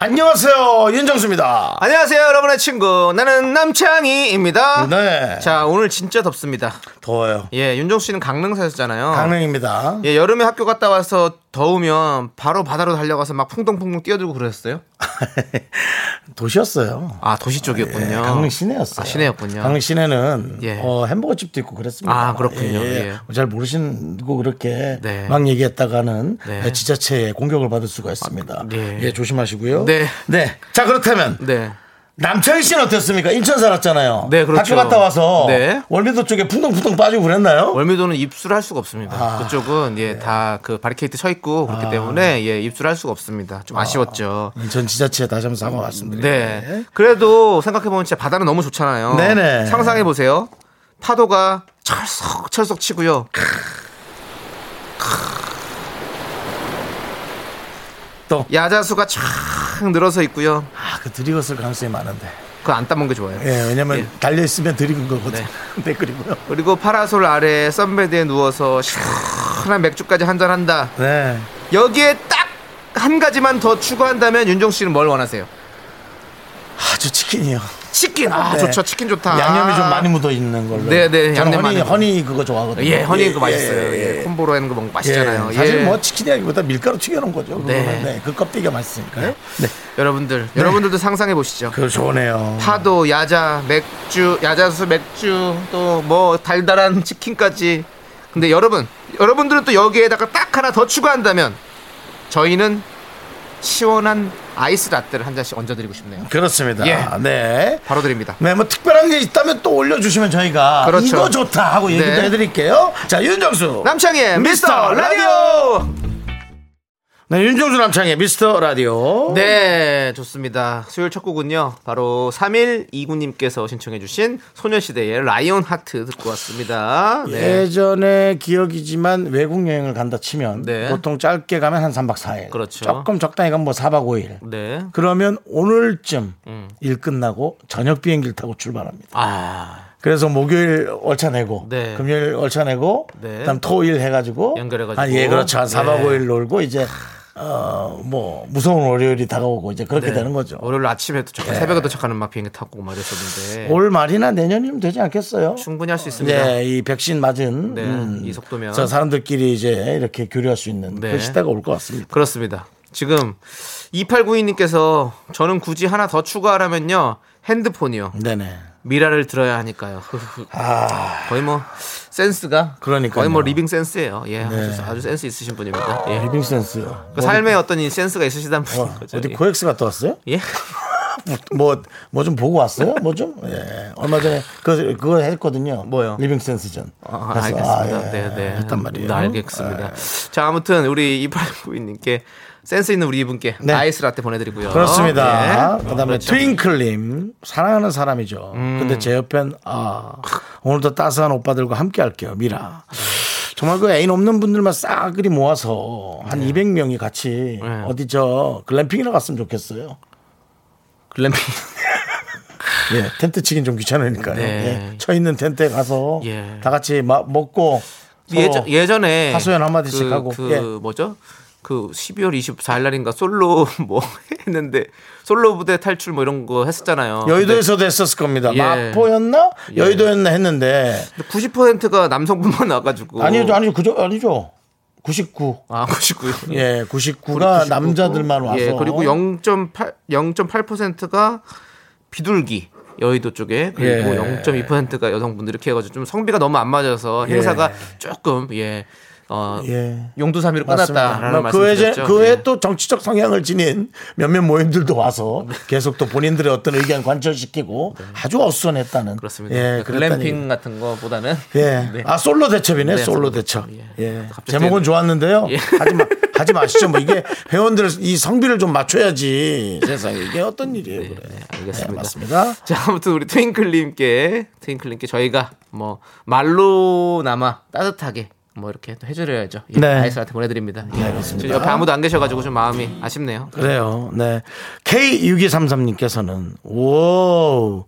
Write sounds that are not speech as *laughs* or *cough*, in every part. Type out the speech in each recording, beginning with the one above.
안녕하세요 윤정수입니다. 안녕하세요, 여러분의 친구. 나는 남창희입니다. 네. 자, 오늘 진짜 덥습니다. 더워요. 예, 윤정 씨는 강릉 사셨잖아요. 강릉입니다. *laughs* 예, 여름에 학교 갔다 와서 더우면 바로 바다로 달려가서 막 풍덩풍덩 뛰어들고 그러셨어요? 도시였어요. 아, 도시 쪽이었군요. 예, 강릉 시내였어요. 아, 시내였군요. 강릉 시내는 예. 어, 햄버거 집도 있고 그랬습니다. 아, 그렇군요. 예. 잘 모르시고 그렇게 네. 막 얘기했다가는 네. 지자체에 공격을 받을 수가 있습니다. 네. 예, 조심하시고요. 네. 자 그렇다면 네. 남창희 씨는 어땠습니까? 인천 살았잖아요. 네, 학교 그렇죠. 갔다 와서 네. 월미도 쪽에 풍덩풍덩 빠지고 그랬나요? 월미도는 입수를 할 수가 없습니다. 아, 그쪽은 예, 다 그 바리케이트 쳐 있고 그렇기 때문에 예, 입수를 할 수가 없습니다. 좀 아쉬웠죠. 인천 지자체에 다시 한번 사과 말씀드립니다. 네. 그래도 생각해보면 진짜 바다는 너무 좋잖아요. 네네. 상상해보세요. 파도가 철썩철썩 치고요. 또. 야자수가 촥 늘어서 있고요. 아, 그 드리웠을 가능성이 많은데. 그거 안 따먹는 게 좋아요. 예, 왜냐면 예. 달려 있으면 드리는 거거든. *laughs* 네. 네, 그리고요. 그리고 파라솔 아래 선베드에 누워서 시원한 맥주까지 한잔한다. 네. 여기에 딱 한 가지만 더 추가한다면 윤종 씨는 뭘 원하세요? 아주 치킨이요. 치킨. 아, 네. 좋죠. 치킨 좋다. 양념이 좀 많이 묻어 있는 걸로. 네, 네, 저는 양념 허니, 많이 허니 그거 좋아하거든요. 예, 허니 그거 예, 맛있어요. 예, 예, 예. 콤보로 하는 거 먹는 거 맛있잖아요. 예, 사실 예. 뭐 치킨이라기보다 밀가루 튀겨놓은 거죠. 네. 그거는. 네, 그 껍데기가 맛있으니까요. 네, 여러분들, 여러분들도 상상해 보시죠. 그거 좋네요. 파도, 야자, 맥주, 야자수, 맥주, 또 뭐 달달한 치킨까지. 근데 여러분, 여러분들은 또 여기에다가 딱 하나 더 추가한다면 저희는 시원한 아이스 라떼를 한 잔씩 얹어드리고 싶네요. 그렇습니다. 예. 네. 바로 드립니다. 네, 뭐 특별한 게 있다면 또 올려주시면 저희가 그렇죠. 이거 좋다 하고 얘기도 네. 해드릴게요. 자, 윤정수. 남창의 미스터 라디오. 네, 윤정수 남창의 미스터 라디오. 네, 좋습니다. 수요일 첫 곡은요. 바로 3일 2구님께서 신청해 주신 소녀시대의 라이온 하트 듣고 왔습니다. 네. 예전에 기억이지만 외국 여행을 간다 치면 네. 보통 짧게 가면 한 3박 4일. 그렇죠. 조금 적당히 가면 뭐 4박 5일. 네. 그러면 오늘쯤 음. 일 끝나고 저녁 비행기를 타고 출발합니다. 아, 그래서 목요일 월차 내고 네. 금요일 월차 내고 네. 그다음 토일 해 가지고 연결해가지고. 아, 예, 그렇죠. 한 4박 네. 5일 놀고 이제 어, 뭐 무서운 월요일이 다가오고 이제 그렇게 네. 되는 거죠. 예. 월요일 아침에 도착, 새벽에 도착하는 막 비행기 타고 막 이랬었는데. 올 말이나 내년이면 되지 않겠어요? 예. 충분히 할 수 있습니다. 네, 이 백신 맞은 음, 네, 이 속도면. 저 사람들끼리 이제 이렇게 교류할 수 있는 네. 그런 시대가 올 것 같습니다. 그렇습니다. 지금 2892님께서 저는 굳이 하나 더 추가하라면요. 핸드폰이요. 네네. 미라를 들어야 하니까요. 아, 거의 뭐 센스가 그러니까요. 네. 거의 뭐 리빙 센스예요. 예, 아주, 아주 센스 있으신 분입니다. 예. 리빙 센스요. 그 삶의 어떤 이 센스가 있으시다는 분인 거죠. 어디 그- 예. 코엑스 갔다 왔어요? *laughs* 예? 뭐 뭐 좀 보고 왔어요? 뭐 좀? 예. 얼마 전에 그 그거 했거든요. 뭐요? 리빙 센스전. 아, 가서, 알겠습니다. 아, 예, 네, 네. 했단 말이에요. 예. 네, 알겠습니다. 자, 아무튼 우리 이팔구이님께 센스 있는 우리 이분께 네. 아이스 라떼 보내드리고요. 그렇습니다. 예. 음. 그다음에 트윙클님 사랑하는 사람이죠. 근데 제 옆엔 아 오늘도 따스한 오빠들과 함께할게요. 미라. 정말 그 애인 없는 분들만 싸그리 모아서 한 200명이 같이 네. 어디 저 글램핑이나 갔으면 좋겠어요. 글램핑. 예, 텐트 치긴 좀 귀찮으니까요. 네. 예, 쳐 있는 텐트에 가서 예. 다 같이 마- 먹고 서로 예전, 예전에 어. 하소연 한마디씩 하고. 그 예. 뭐죠? 그 12월 24일 날인가 솔로 *laughs* 뭐 했는데 솔로 부대 탈출 뭐 이런 거 했었잖아요. 여의도에서도 했었을 겁니다. 예. 마포였나 여의도였나 했는데 근데 90%가 남성분만 와가지고 아니죠, 아니죠, 그죠, 아니죠. 99. 아 99. 예, 99가 남자들만 와서. 예, 그리고 0.8 0.8%가 비둘기 여의도 쪽에 그리고 예. 0.2%가 여성분들 이렇게 해가지고 좀 성비가 너무 안 맞아서 행사가 조금 예 어, 예. 용두사미로 맞습니다. 끝났다라는 뭐, 그 외에 말씀드렸죠. 예, 그 외에 또 정치적 성향을 지닌 몇몇 모임들도 와서 계속 또 본인들의 어떤 의견 관철시키고 아주 어수선했다는 네. 그렇습니다. 예, 그랬다는 글램핑 얘기. 같은 거보다는 예. 네. 아 솔로 대첩이네. 네, 솔로 솔로 대첩. 대첩. 예. 예. 갑자기 제목은 또- 좋았는데요. 예. 하지 마 하지 마시죠. 뭐 *laughs* 이게 회원들 이 성비를 좀 맞춰야지. 세상에 이게 어떤 일이에요, 그래. 네, 알겠습니다. 네, 맞습니다. *laughs* 자, 아무튼 우리 트윙클님께 트윙클님께 저희가 뭐 말로나마 따뜻하게 뭐 이렇게 또 해드려야죠. 예, 네. 아이스한테 보내드립니다. 예. 네, 그렇습니다. 지금 옆에 아무도 안 계셔가지고 좀 마음이 아쉽네요. 그래요. 네. K6233님께서는 오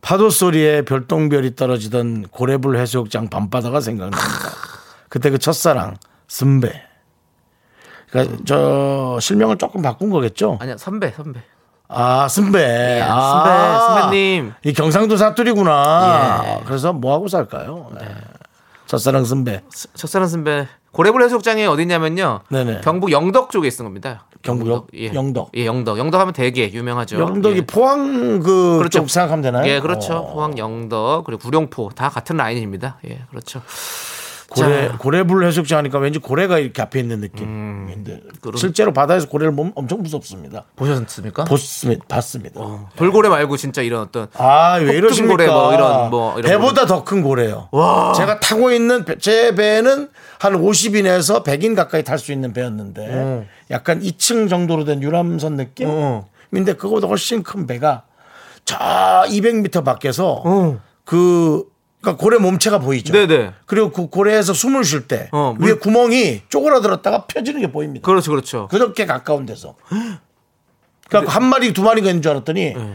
파도 소리에 별똥별이 떨어지던 고래불 해수욕장 밤바다가 생각납니다. 그때 그 첫사랑 선배. 그러니까 저 실명을 조금 바꾼 거겠죠? 아니야 선배 선배. 아 선배. 네, 아, 선배 선배님. 예. 이 경상도 사투리구나. 그래서 뭐 하고 살까요? 네. 첫사랑 선배. 첫사랑 선배 고래불 해수욕장이 어디냐면요. 네네. 경북 영덕 쪽에 있는 겁니다. 경북역? 영덕. 예, 영덕. 영덕 하면 되게 유명하죠. 영덕이 예. 포항 그쪽 생각하면 되나요? 예, 그렇죠. 어. 포항 영덕 그리고 구룡포 다 같은 라인입니다. 예, 그렇죠. 고래 자. 음, 고래불 해수욕장 하니까 왠지 고래가 이렇게 앞에 있는 느낌인데 그런- 실제로 바다에서 고래를 보면 엄청 무섭습니다. 보셨습니까? 봤습니다. 봤습니다. 돌고래 말고 진짜 이런 어떤 아 왜 이러십니까? 어. 폭등고래 뭐 이런 뭐 이런 배보다 더 큰 고래요. 제가 타고 있는 배- 제 배는 한 50인에서 100인 가까이 탈 수 있는 배였는데 어. 약간 2층 정도로 된 유람선 느낌. 근데 그거보다 훨씬 큰 배가 저 200m 밖에서 어. 그 그러니까 고래 몸체가 보이죠. 네네. 그리고 그 고래에서 숨을 쉴 때 어, 물- 위에 구멍이 쪼그라들었다가 펴지는 게 보입니다. 그렇죠, 그렇죠. 그렇게 가까운 *gasps* 데서. 그러니까 한 마리 두 마리가 있는 줄 알았더니 네.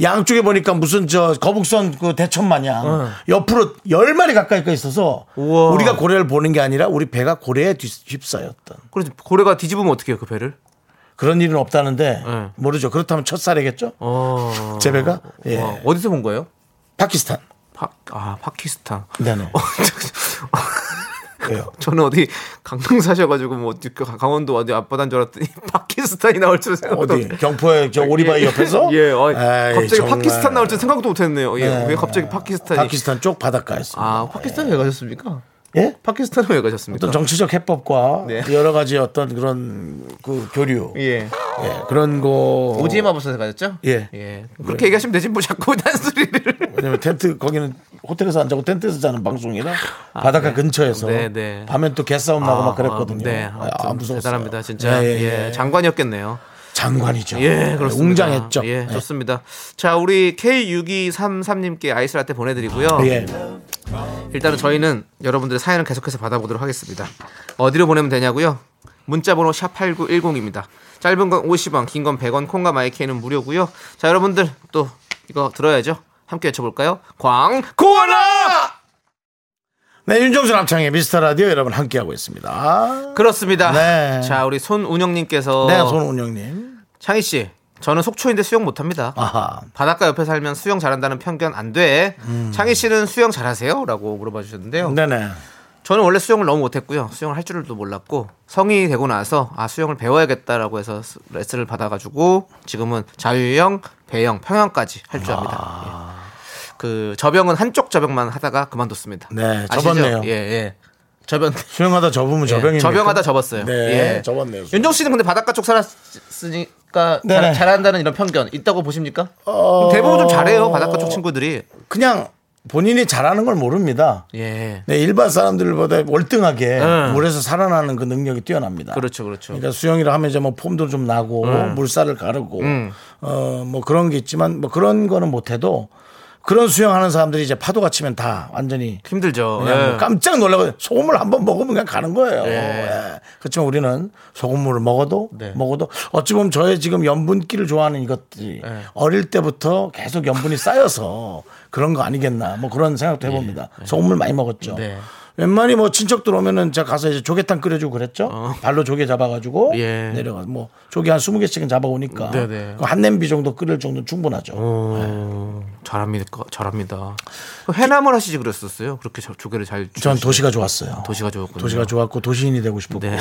양쪽에 보니까 무슨 저 거북선 그 대천 마냥 옆으로 열 마리 가까이가 있어서 네. 우와. 우리가 고래를 보는 게 아니라 우리 배가 고래에 뒤- 휩싸였던 그래서 고래가 뒤집으면 어떻게 해요, 그 배를? 그런 일은 없다는데 네. 모르죠. 그렇다면 첫살이겠죠? 어. 제 배가? 예. 와, 어디서 본 거예요? *laughs* 파키스탄. 파, 아, 파키스탄. 네네. *laughs* 어, 왜요? 저는 어디 강릉 사셔가지고 뭐 어디 가- 강원도 어디 앞바다인 줄 알았더니 *laughs* 파키스탄이 나올 줄 생각도 어디 못- 경포의 저 오리바이 예. 옆에서 *laughs* 예, 어, 에이, 갑자기 정말. 파키스탄 나올 줄 생각도 못했네요. 예, 네. 왜 갑자기 파키스탄이? 파키스탄 쪽 바닷가였습니다. 아, 파키스탄 왜 가셨습니까? 예? 파키스탄 왜 가셨습니까? 어떤 정치적 해법과 네. 여러 가지 어떤 그런 그 교류 예, 예, 그런 거 오지에 마법사에 가셨죠? 예. 예, 그렇게 얘기하시면 되지 뭐 자꾸 *laughs* 단소리를. 왜냐면 텐트 거기는 호텔에서 안 자고 텐트에서 자는 방송이라 바닷가 근처에서 아, 네, 네. 밤엔 또 개싸움 어, 나고 막 아, 그랬거든요. 아, 네, 아, 아무튼 무서웠어요. 대단합니다, 진짜. 예, 예, 예, 예. 장관이었겠네요. 장관이죠. 예, 그렇습니다. 웅장했죠. 예, 예. 좋습니다. 자, 우리 K6233님께 아이스 라떼 보내드리고요. 예. 일단은 저희는 여러분들의 사연을 계속해서 받아보도록 하겠습니다. 어디로 보내면 되냐고요? 문자번호 샵 8910입니다. 짧은 건 50원, 긴 건 100원, 콩과 마이크는 무료고요. 자, 여러분들 또 이거 들어야죠. 함께 외쳐볼까요? 광고하라! 네, 윤정수 남창의 미스터 라디오 여러분 함께하고 있습니다. 그렇습니다. 네. 자, 우리 손운영님께서 네, 손운영님. 창희 씨, 저는 속초인데 수영 못합니다. 아하. 바닷가 옆에 살면 수영 잘한다는 편견 안 돼. 음. 창희 씨는 수영 잘하세요? 라고 물어봐 주셨는데요. 네네. 저는 원래 수영을 너무 못했고요. 수영을 할 줄도 몰랐고 성인이 되고 나서 아 수영을 배워야겠다라고 해서 스- 레슨을 받아가지고 지금은 자유형, 배영, 평영까지 할 줄 아. 압니다. 예. 그 저병은 한쪽 저병만 하다가 그만뒀습니다. 네, 아시죠? 접었네요. 예, 예. 저병 수영하다 *laughs* 접으면 예, 저병입니다. 저병하다 접었어요. 네, 예. 접었네요. 윤정 씨는 근데 바닷가 쪽 살았으니까 네네. 잘, 잘한다는 이런 편견 있다고 보십니까? 어, 대부분 좀 잘해요 바닷가 쪽 친구들이. 그냥 본인이 잘하는 걸 모릅니다. 예. 네, 일반 사람들보다 월등하게 응. 물에서 살아나는 그 능력이 뛰어납니다. 예. 그렇죠, 그렇죠. 예. 그러니까 수영이라 하면 이제 뭐 폼도 좀 나고 물살을 가르고 음. 어 뭐 그런 게 있지만 뭐 그런 거는 못해도 그런 수영하는 사람들이 이제 파도가 치면 다 완전히 힘들죠. 그냥 뭐 예. 깜짝 놀라고 소금을 한번 먹으면 그냥 가는 거예요. 예. 예. 그렇지만 우리는 소금물을 먹어도 네. 먹어도 어찌 보면 저의 지금 염분기를 좋아하는 이것들이 예. 어릴 때부터 계속 염분이 쌓여서 그런 거 아니겠나 뭐 그런 생각도 해봅니다. 소금물 많이 먹었죠. 예. 네. 웬만히 뭐 친척들 오면은 제가 가서 이제 조개탕 끓여주고 그랬죠. 발로 조개 잡아가지고 어. 예. 내려가 뭐 조개 한 20개씩은 잡아오니까 네네. 그한 냄비 정도 끓일 정도는 충분하죠. 어, 네. 잘합니다. 잘합니다. 그 해남을 하시지 그랬었어요. 그렇게 저- 조개를 잘. 전 주시는- 도시가 좋았어요. 도시가 좋았군요. 도시가 좋았고 도시인이 되고 싶었고 네.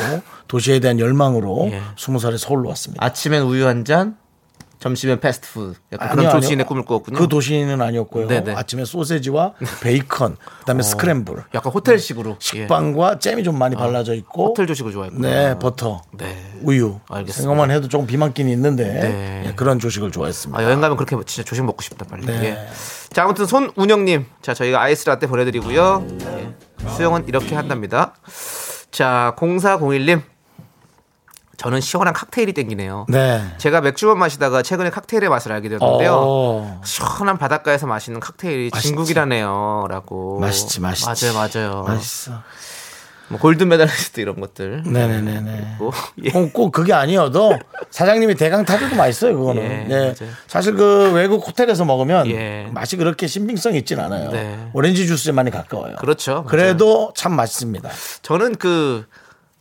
도시에 대한 열망으로 예. 스무 살에 서울로 왔습니다. 아침엔 우유 한 잔, 점심엔 패스트푸드. 약간 아니요, 그런 아니요. 도시인의 꿈을 꾸었군요. 그 도시는 아니었고요. 네네. 아침에 *laughs* 소세지와 베이컨, 그다음에 스크램블, 약간 호텔식으로. 예. 음, 식빵과 잼이 좀 많이 발라져 있고, 호텔 조식을 좋아했군요. 네 버터, 네. 우유. 알겠습니다. 생각만 해도 조금 비만끼는 있는데 네. 예, 그런 조식을 좋아했습니다. 아, 여행 가면 그렇게 진짜 조식 먹고 싶다 빨리. 네. 예. 자 아무튼 손운영님, 자 저희가 아이스 라떼 보내드리고요. 예. 수영은 이렇게 한답니다. 자 0401님, 저는 시원한 칵테일이 땡기네요. 네. 제가 맥주만 마시다가 최근에 칵테일의 맛을 알게 되었는데요. 어. 시원한 바닷가에서 마시는 칵테일이 맛있지. 진국이라네요라고. 맛있지, 맛있지. 맞아요, 맞아요. 맛있어. 뭐 골든 메달리스트 이런 것들. 네네네네. 뭐, 예. 꼭, 어, 꼭 그게 아니어도 사장님이 대강 타줘도 맛있어요 그거는. 예, 네. 맞아요. 사실 그 외국 호텔에서 먹으면 예. 맛이 그렇게 신빙성 이 있진 않아요. 네. 오렌지 주스에 많이 가까워요. 그렇죠. 래도참 맛있습니다. 저는 그,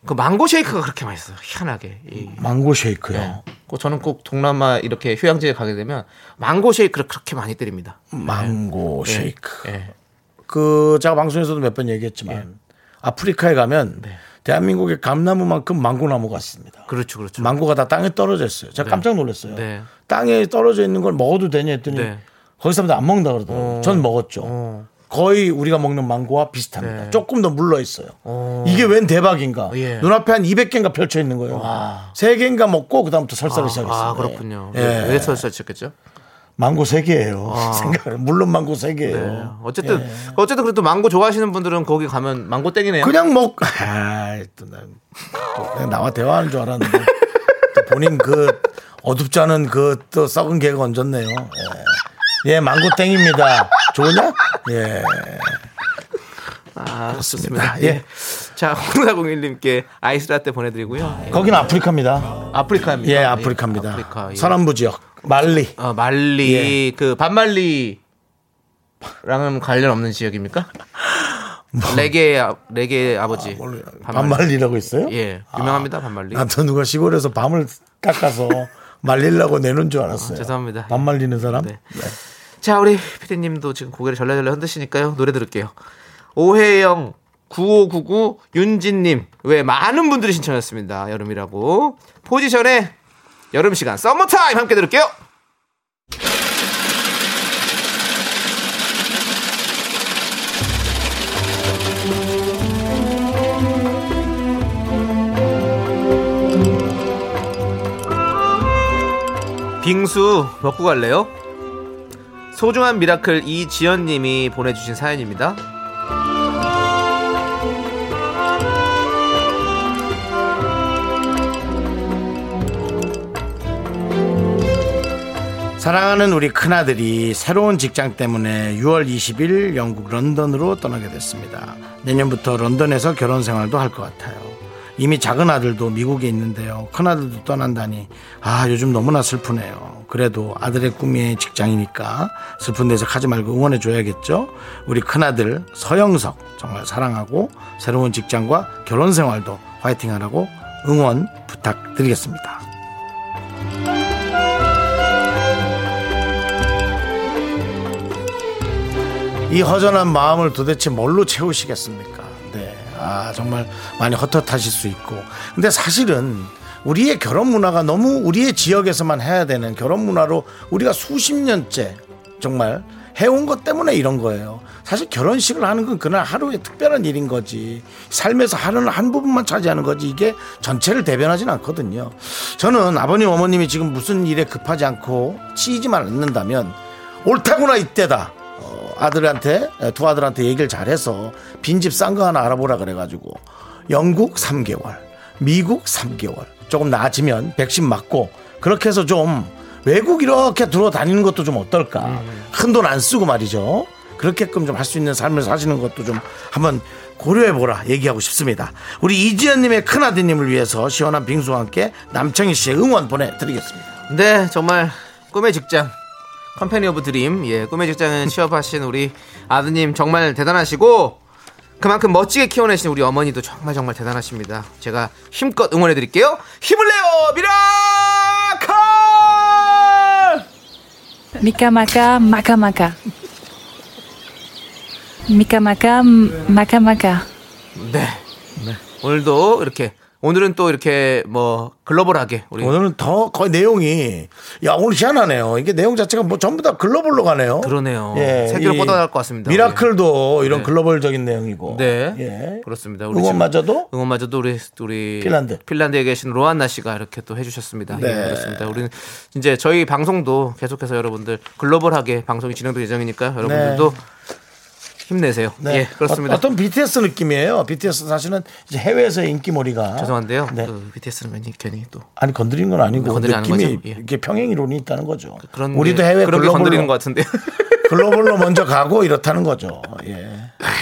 그 망고 쉐이크가 그렇게 맛있어요. 희한하게. 이 망고 쉐이크요. 꼭 저는 꼭 동남아 이렇게 휴양지에 가게 되면 망고 쉐이크를 그렇게 많이 때립니다. 망고 쉐이크. 예. 그 제가 방송에서도 몇 번 얘기했지만 네. 아프리카에 가면 대한민국의 감나무만큼 망고나무가 있습니다. 그렇죠, 그렇죠. 망고가 다 땅에 떨어져 있어요. 제가 깜짝 놀랐어요. 네. 땅에 떨어져 있는 걸 먹어도 되냐 했더니 네. 어. 거기 사람들 안 먹는다 그러더라고요. 전 먹었죠. 거의 우리가 먹는 망고와 비슷합니다. 네. 조금 더 물러 있어요. 이게 웬 대박인가? 예. 눈앞에 한 200개인가 펼쳐 있는 거예요. 세 개인가 먹고 그다음부터 설사를 시작했어요. 아, 그렇군요. 예. 왜- 왜 설사 찍겠죠? 망고 세 개예요. *laughs* 생각을 물론 망고 세 개예요. 아. 네. 어쨌든 어쨌든 그래도 망고 좋아하시는 분들은 거기 가면 망고 땡이네요. 그냥 먹. 아, 또 난, 또 그냥 나와 대화하는 줄 알았는데 또 본인 그 어둡지 않은 그 또 썩은 개가 얹었네요. 예, 예 망고 땡입니다. 좋으냐? 예, 아, 좋습니다. 예. 예. 자, 0401님께 아이스 라떼 보내드리고요. 예. 거긴 아프리카입니다. 아프리카입니다. 예, 아프리카입니다. 아프리카, 예. 서남부 지역 말리. 어, 말리 그 반말리랑은 관련 없는 지역입니까? 레게 아- 레게 아버지 반말리라고 있어요? 아, 예 유명합니다 반말리 나또 누가 시골에서 밤을 깎아서 말리려고 내놓은 줄 알았어요. 죄송합니다. 밤 말리는 사람? 네. 자 우리 피디님도 지금 고개를 절레절레 흔드시니까요 노래 들을게요 오혜영 9599 윤진님 왜 많은 분들이 신청했습니다 여름이라고 포지션의 여름 시간 썸머타임 함께 들을게요 빙수 먹고 갈래요? 소중한 미라클 이지연님이 보내주신 사연입니다. 사랑하는 우리 큰아들이 새로운 직장 때문에 6월 20일 영국 런던으로 떠나게 됐습니다. 내년부터 런던에서 결혼 생활도 할 것 같아요. 이미 작은 아들도 미국에 있는데요. 큰아들도 떠난다니. 아, 요즘 너무나 슬프네요. 그래도 아들의 꿈이 직장이니까 슬픈 데서 가지 말고 응원해줘야겠죠? 우리 큰아들 서영석 정말 사랑하고 새로운 직장과 결혼 생활도 화이팅 하라고 응원 부탁드리겠습니다. 이 허전한 마음을 도대체 뭘로 채우시겠습니까? 네. 아, 정말 많이 헛헛하실 수 있고. 근데 사실은 우리의 결혼 문화가 너무 우리의 지역에서만 해야 되는 결혼 문화로 우리가 수십 년째 정말 해온 것 때문에 이런 거예요. 사실 결혼식을 하는 건 그날 하루의 특별한 일인 거지. 삶에서 하루는 한 부분만 차지하는 거지. 이게 전체를 대변하진 않거든요. 저는 아버님, 어머님이 지금 무슨 일에 급하지 않고 치이지만 않는다면 옳다구나 이때다. 어, 아들한테 에, 두 아들한테 얘기를 잘해서 빈집 싼 거 하나 알아보라 그래가지고 영국 3개월, 미국 3개월 조금 나아지면 백신 맞고 그렇게 해서 좀 외국 이렇게 들어다니는 것도 좀 어떨까 큰 돈 안 쓰고 말이죠 그렇게끔 좀 할 수 있는 삶을 사시는 것도 좀 한번 고려해보라 얘기하고 싶습니다 우리 이지연님의 큰아드님을 위해서 시원한 빙수와 함께 남창희 씨의 응원 보내드리겠습니다 네, 정말 꿈의 직장. 컴퍼니 오브 드림. 예, 꿈의 *laughs* 직장에 취업하신 우리 아드님 정말 대단하시고 그만큼 멋지게 키워내신 우리 어머니도 정말 정말 대단하십니다. 제가 힘껏 응원해 드릴게요. 힘을 내요. 미라클! 미카마카 마카마카 미카마카 마카마카 네. 네. 오늘도 이렇게 오늘은 또 이렇게 뭐 글로벌하게 우리 오늘은 더 거의 내용이 야 오늘 희한하네요. 이게 내용 자체가 뭐 전부 다 글로벌로 가네요. 예, 그러네요. 세계로 이 뻗어날 것 같습니다. 미라클도 이런 네. 글로벌적인 내용이고. 네. 예. 그렇습니다. 우리 응원마저도 지금 응원마저도 우리 우리 핀란드. 핀란드에 계신 로안나 씨가 이렇게 또 해주셨습니다. 네. 네. 그렇습니다. 우리는 이제 저희 방송도 계속해서 여러분들 글로벌하게 방송이 진행될 예정이니까 여러분들도 힘내세요. 예, 그렇습니다. 네. 어, 떤 BTS 느낌이에요. BTS 사실은 이제 해외에서 인기몰이가 죄송한데요. 네. 그 BTS는 괜히 괜히 또 아니 건드리는 건 아니고 건드리는 느낌이 거죠? 예. 이게 평행 이론이 있다는 거죠. 그런 우리도 해외 그렇게 글로벌로 건드리는 것 같은데. 글로벌로 먼저 가고 이렇다는 거죠. 예.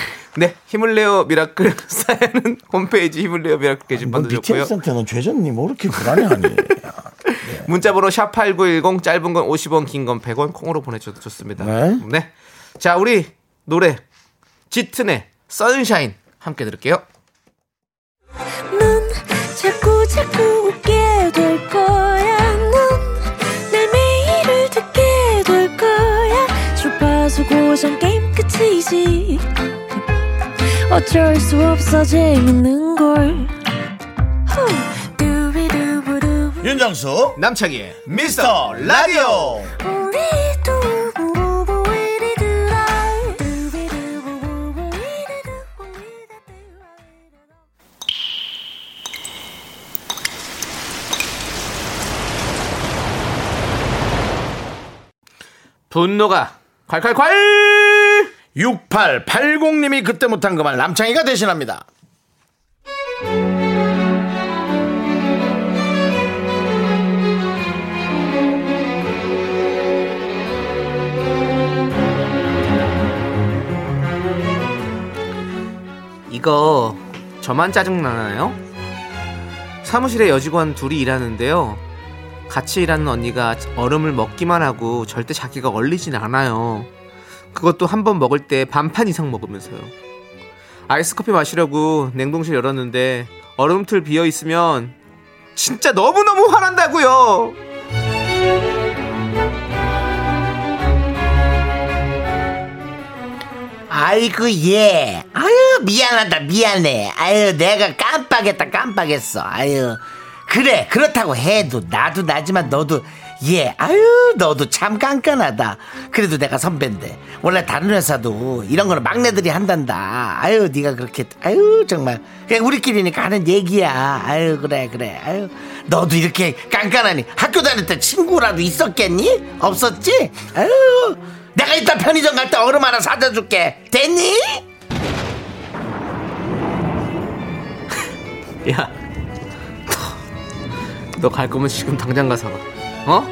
*laughs* 네, 힘을 내요 미라클 *laughs* 사연은 홈페이지 힘을 내요 미라클 뭐 게시판도 좋고요. BTS한테는 죄졌니? 뭐 이렇게 불안해하니? 문자번호 샵 #8910 짧은 건 50원, 긴 건 100원 콩으로 보내줘도 좋습니다. 네. 네. 자, 우리 노래 짙은의 선샤인 함께 들을게요. 넌 자꾸 자꾸 웃게 될 거야. 넌내 매일을 듣게 될 거야. 주파수 고정 게임 끝이지. 어쩔 수 없어 재밌는 걸. 후. 두비두부두. 윤정수 남창희의 미스터 라디오. 우리 두부부부 우리 두라. 두비두부부부 우리 두부 우리 두라. 분노가 콸콸콸! 6880님이 그때 못한 그 말 남창희가 대신합니다. 이거 저만 짜증나나요? 사무실에 여직원 둘이 일하는데요. 같이 일하는 언니가 얼음을 먹기만 하고 절대 자기가 얼리진 않아요. 그것도 한 번 먹을 때 반판 이상 먹으면서요. 아이스커피 마시려고 냉동실 열었는데 얼음틀 비어 있으면 진짜 너무너무 화난다고요. 아이고 예 아유 미안하다 미안해 아유 내가 깜빡했다 깜빡했어 아유 그래 그렇다고 해도 나도 나지만 너도 예 아유 너도 참 깐깐하다 그래도 내가 선배인데 원래 다른 회사도 이런 거는 막내들이 한단다 아유 네가 그렇게 아유 정말 그냥 우리끼리니까 하는 얘기야 아유 그래 그래 아유 너도 이렇게 깐깐하니 학교 다닐 때 친구라도 있었겠니 없었지 아유 내가 이따 편의점 갈 때 얼음 하나 사다 줄게. 됐니? *laughs* 야, 너 갈 거면 지금 당장 가서 가. 어?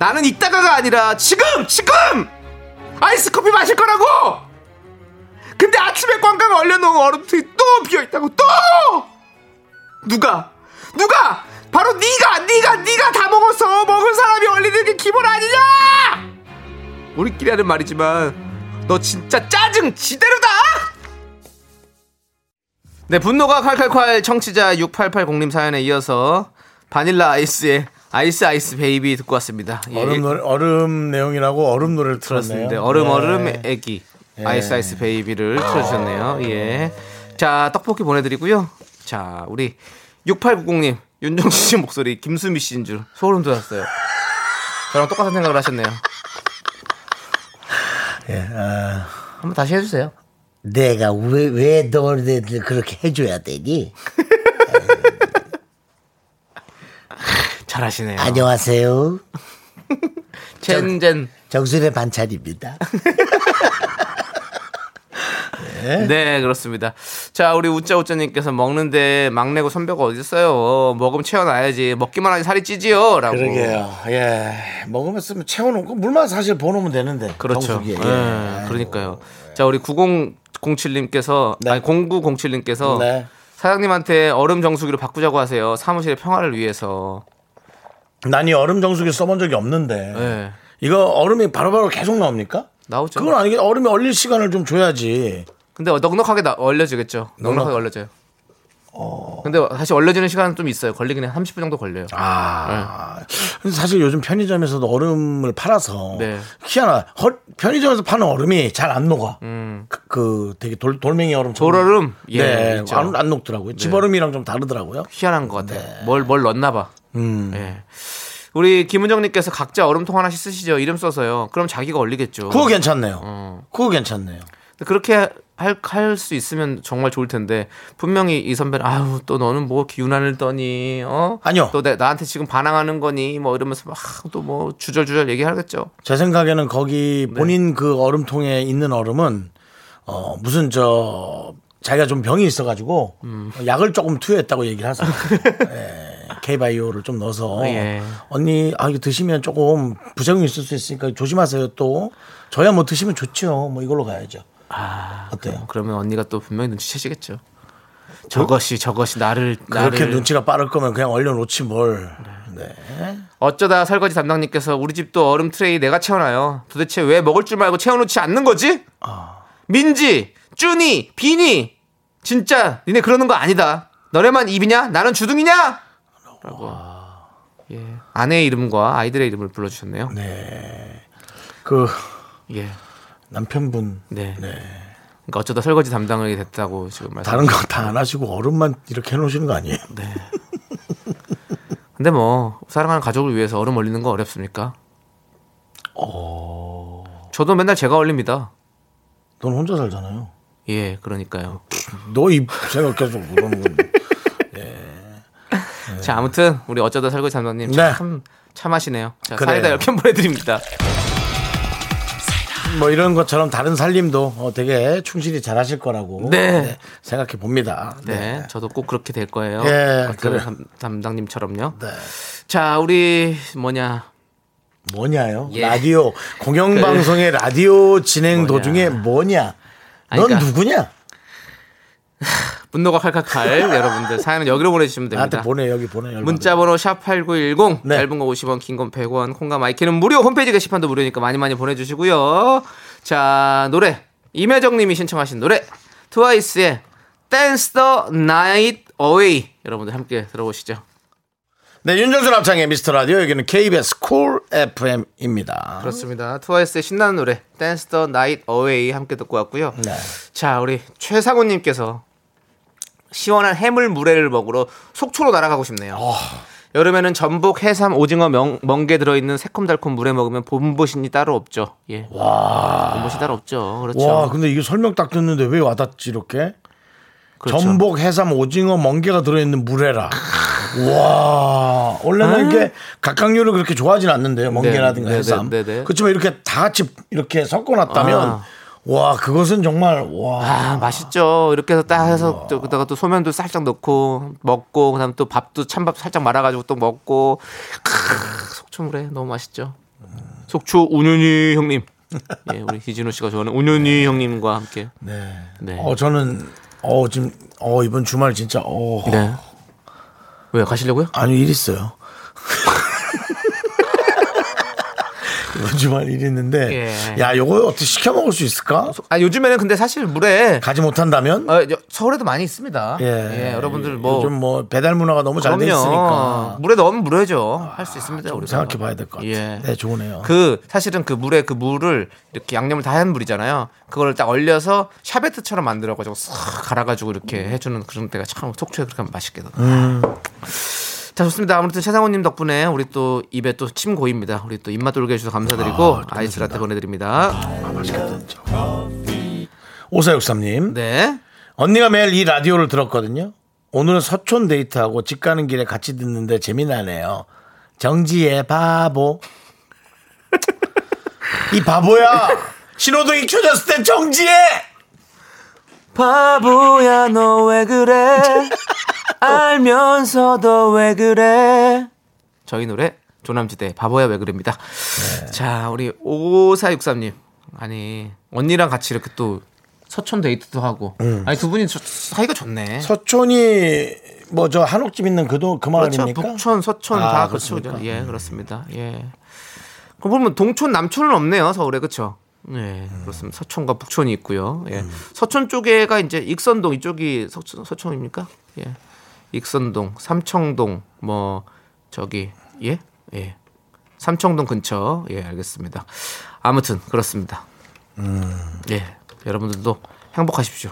나는 이따가가 아니라 지금 지금 아이스 커피 마실 거라고. 근데 아침에 꽝꽝 얼려놓은 얼음틀이 또 비어 있다고 또 누가 누가 바로 네가 네가 네가 다 먹어서 먹은 사람이 얼리는 게 기본 아니냐? 우리끼리 하는 말이지만 너 진짜 짜증 지대로다. 네, 분노가 칼칼칼 청취자 6880님 사연에 이어서 바닐라 아이스의 아이스 아이스 베이비 듣고 왔습니다. 예, 얼음 노래, 얼음 내용이라고 얼음 노래를 틀었네요. 그렇습니다. 얼음 네. 아, 얼음 애기 아이스 아이스 베이비를 틀어주셨네요. 예. 자, 떡볶이 보내드리고요. 자, 우리 6890님 윤종신 씨 목소리 김수미 씨인 줄 소름 돋았어요. 저랑 똑같은 생각을 하셨네요. 예, 아, 한번 다시 해주세요. 내가 왜, 왜 너를 그렇게 해줘야 되니? 잘하시네요. 안녕하세요. 젠젠. 정순의 반찬입니다. 예? 네, 그렇습니다. 자, 우리 우짜우짜님께서 먹는데 막내고 선배가 어딨어요? 먹으면 채워놔야지. 먹기만 하지 살이 찌지요? 라고. 그러게요. 예, 먹으면 쓰면 채워놓고 물만 사실 보놓으면 되는데. 그렇죠. 정수기에. 예, 예. 그러니까요. 자, 우리 9007님께서, 네. 아니, 0907님께서 네. 사장님한테 얼음 정수기로 바꾸자고 하세요. 사무실의 평화를 위해서. 난 이 얼음 정수기 써본 적이 없는데. 예. 이거 얼음이 바로바로 계속 나옵니까? 나오죠. 그건 아니겠 얼음이 얼릴 시간을 좀 줘야지. 근데 넉넉하게 나, 얼려지겠죠. 넉넉하게 넉넉- 어. 얼려져요. 근데 다시 얼려지는 시간은 좀 있어요. 걸리긴 해. 30분 정도 걸려요. 아, 근데 사실 요즘 편의점에서도 얼음을 팔아서 네. 희한하. 헐, 편의점에서 파는 얼음이 잘 안 녹아. 그, 그 되게 돌, 돌멩이 얼음. 돌얼음? 예, 네, 있죠. 안, 네. 안 녹더라고요. 집 얼음이랑 좀 다르더라고요. 희한한 것 같아요. 뭘, 뭘 넣었나 봐. 음. 예. 우리 김은정님께서 각자 얼음통 하나씩 쓰시죠. 이름 써서요. 그럼 자기가 얼리겠죠. 그거 괜찮네요. 어. 그거 괜찮네요. 근데 그렇게 할, 할 수 있으면 정말 좋을 텐데 분명히 이 선배는 아유 또 너는 뭐 유난을 떠니 어 아니요. 또 내, 나한테 지금 반항하는 거니 뭐 이러면서 막 또 뭐 주절주절 얘기하겠죠 제 생각에는 네. 거기 본인 그 얼음통에 있는 얼음은 어, 무슨 저 자기가 좀 병이 있어가지고 음. 약을 조금 투여했다고 얘기를 *laughs* 하세요. 예, K바이오를 좀 넣어서 예. 언니 아 이거 드시면 조금 부작용이 있을 수 있으니까 조심하세요 또 저야 뭐 드시면 좋죠 뭐 이걸로 가야죠 아, 어때요 그러면 언니가 또 분명히 눈치채시겠죠 저것이 저것이 나를 그렇게 나를 눈치가 빠를 거면 그냥 얼려놓지 뭘 네. 어쩌다 설거지 담당님께서 우리 집도 얼음 트레이 내가 채워놔요. 도대체 왜 먹을 줄 말고 채워놓지 않는 거지? 민지, 쭈니, 비니, 진짜 니네 그러는 거 아니다. 너네만 입이냐? 나는 주둥이냐? 라고. 예. 아내의 이름과 아이들의 이름을 불러주셨네요. 그 예. 남편분 네. 그러니까 어쩌다 설거지 담당이 됐다고 지금 말씀. 다른 거 다 안 하시고 얼음만 이렇게 해놓으시는 거 아니에요 근데 뭐 사랑하는 가족을 위해서 얼음 얼리는 거 어렵습니까? 저도 맨날 제가 얼립니다. 넌 혼자 살잖아요 예, 그러니까요. 너 입 생각해서 그러는 건데. 자, 아무튼 우리 어쩌다 설거지 담당님 네. 참 참하시네요. 자, 그래요. 사이다 10캔 보내드립니다. 뭐 이런 것처럼 다른 살림도 어, 되게 충실히 잘 하실 거라고 네. 생각해 봅니다. 네, 저도 꼭 그렇게 될 거예요. 예, 어쩌다 그래요. 담- 담당님처럼요. 네. 자, 우리 뭐냐 뭐냐요? 예. 그 라디오 *laughs* 공영방송의 라디오 진행 뭐냐. 도중에 뭐냐? 아니, 넌 그러니까 누구냐? 분노가 칼칼칼 *laughs* 여러분들 사연은 여기로 보내주시면 나한테 됩니다. 보내 여기 보내 열받아. 그러니까 문자번호 샵8910 네. 짧은 거 50원 긴 건 100원 콩과 마이크는 무료 홈페이지 게시판도 무료니까 많이 많이 보내주시고요 자 노래 임혜정님이 신청하신 노래 트와이스의 댄스 더 나이트 어웨이 여러분들 함께 들어보시죠 네 윤정수 남창의 미스터 라디오 여기는 KBS 콜 FM입니다. 그렇습니다 트와이스의 신나는 노래 댄스 더 나이트 어웨이 함께 듣고 왔고요 네. 자 우리 최상우님께서 시원한 해물 물회를 먹으러 속초로 날아가고 싶네요. 여름에는 전복, 해삼, 오징어, 명, 멍게 들어있는 새콤달콤 물회 먹으면 본보신이 따로 없죠. 예. 본보신 따로 없죠. 그렇죠. 와 근데 이게 설명 딱 듣는데 왜 와닿지 이렇게? 그렇죠. 전복, 해삼, 오징어, 멍게가 들어있는 물회라. 와, 원래는 이게 각각류를 그렇게 좋아하진 않는데요. 멍게라든가 아. 네, 네, 해삼. 네, 네, 네. 그렇지만 이렇게 다 같이 이렇게 섞어놨다면, 아. 와, 그것은 정말, 와. 아, 맛있죠. 이렇게 해서 딱 해서 또 그다가 또 소면도 살짝 넣고 먹고 그다음 또 밥도 찬밥 살짝 말아가지고 또 먹고 크으, 속초물에 너무 맛있죠. 속초 운윤이 형님, 예, 우리 기진호 씨가 좋아하는 운윤이 형님과 함께. 네. 네. 네. 어, 저는, 어, 지금, 어, 이번 주말 진짜, 어. 네. 왜 가시려고요? 아니, 일 있어요. *laughs* 이번 주말 일 있는데, 예. 야, 요거 어떻게 시켜 먹을 수 있을까? 아 요즘에는 근데 사실 물에 가지 못한다면? 어, 여- 서울에도 많이 있습니다. 예, 여러분들 뭐 요즘 뭐 배달 문화가 너무 잘 돼 그럼요. 있으니까 아, 물에 넣으면 물회죠. 할 수 있습니다. 우리 생각해 봐야 될 것 같아요. 예. 네, 좋으네요. 그 사실은 그 물에 그 물을 이렇게 양념을 다 한 물이잖아요. 그걸 딱 얼려서 샤베트처럼 만들어가지고 싹 갈아가지고 이렇게 해주는 그런 때가 참 속초에 그렇게 하면 맛있겠다. 자 좋습니다. 아무튼 최상호님 덕분에 우리 또 입에 또 침 고입니다. 우리 또 입맛 돌게 해주셔서 감사드리고 아, 이스 라떼 보내드립니다. 오사육삼님, 네. 언니가 매일 이 라디오를 들었거든요. 오늘은 서촌 데이트하고 집 가는 길에 같이 듣는데 재미나네요. 정지의 바보. 이 바보야! 신호등이 켜졌을 땐 정지해! 바보야 너 왜 *laughs* 그래 알면서도 왜 그래 저희 노래 조남지대 바보야 왜 그래입니다 자 우리 5463님 아니 언니랑 같이 이렇게 또 서촌 데이트도 하고 아니 두 분이 저- 사이가 좋네 서촌이 뭐 저 한옥집 있는 그, 도, 그 마을 그렇죠 아닙니까? 북촌 서촌 아, 다 그렇죠 그렇습니까? 예 그렇습니다 예 그럼 보면 동촌 남촌은 없네요 서울에 그렇죠 네, 음. 그렇습니다. 서촌과 북촌이 있고요. 예. 서촌 쪽에가 이제 익선동 이쪽이 서촌, 서촌입니까? 예. 익선동, 삼청동, 뭐 저기 예, 예, 삼청동 근처. 예, 알겠습니다. 아무튼 그렇습니다. 음. 예, 여러분들도 행복하십시오.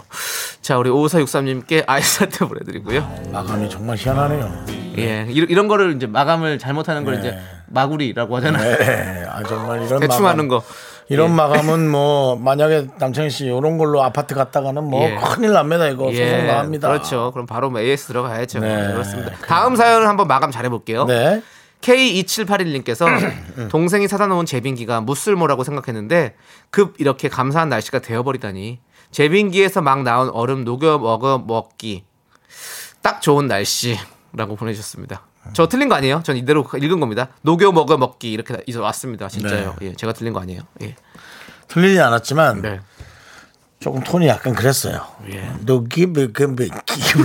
자, 우리 5463님께 아이스 라떼 *laughs* 보내드리고요. 마감이 정말 희한하네요. 예, 이런, 이런 거를 이제 마감을 잘못하는 걸 이제 마구리라고 하잖아요. 네, 아 정말 이런 대충 마감, 하는 거. 이런 예. 마감은 뭐 만약에 남창희 씨 이런 걸로 아파트 갔다가는 뭐 예. 큰일 납니다 이거 어, 소송 나갑니다. 그렇죠. 그럼 바로 뭐 AS 들어가야죠. 네. 그렇습니다. 다음 사연을 한번 마감 잘 해볼게요. 네. 음. K2781님께서 동생이 사다 놓은 제빙기가 무쓸모라고 생각했는데 급 이렇게 감사한 날씨가 되어버리다니 제빙기에서 막 나온 얼음 녹여 먹어 먹기 딱 좋은 날씨라고 보내주셨습니다. 저 틀린 거 아니에요? 전 이대로 읽은 겁니다. 녹여 먹어 먹기 이렇게 이제 왔습니다. 진짜요. 네. 예, 제가 틀린 거 아니에요. 예. 틀리지 않았지만 네. 조금 톤이 약간 그랬어요. 예. 녹이 먹기 뭐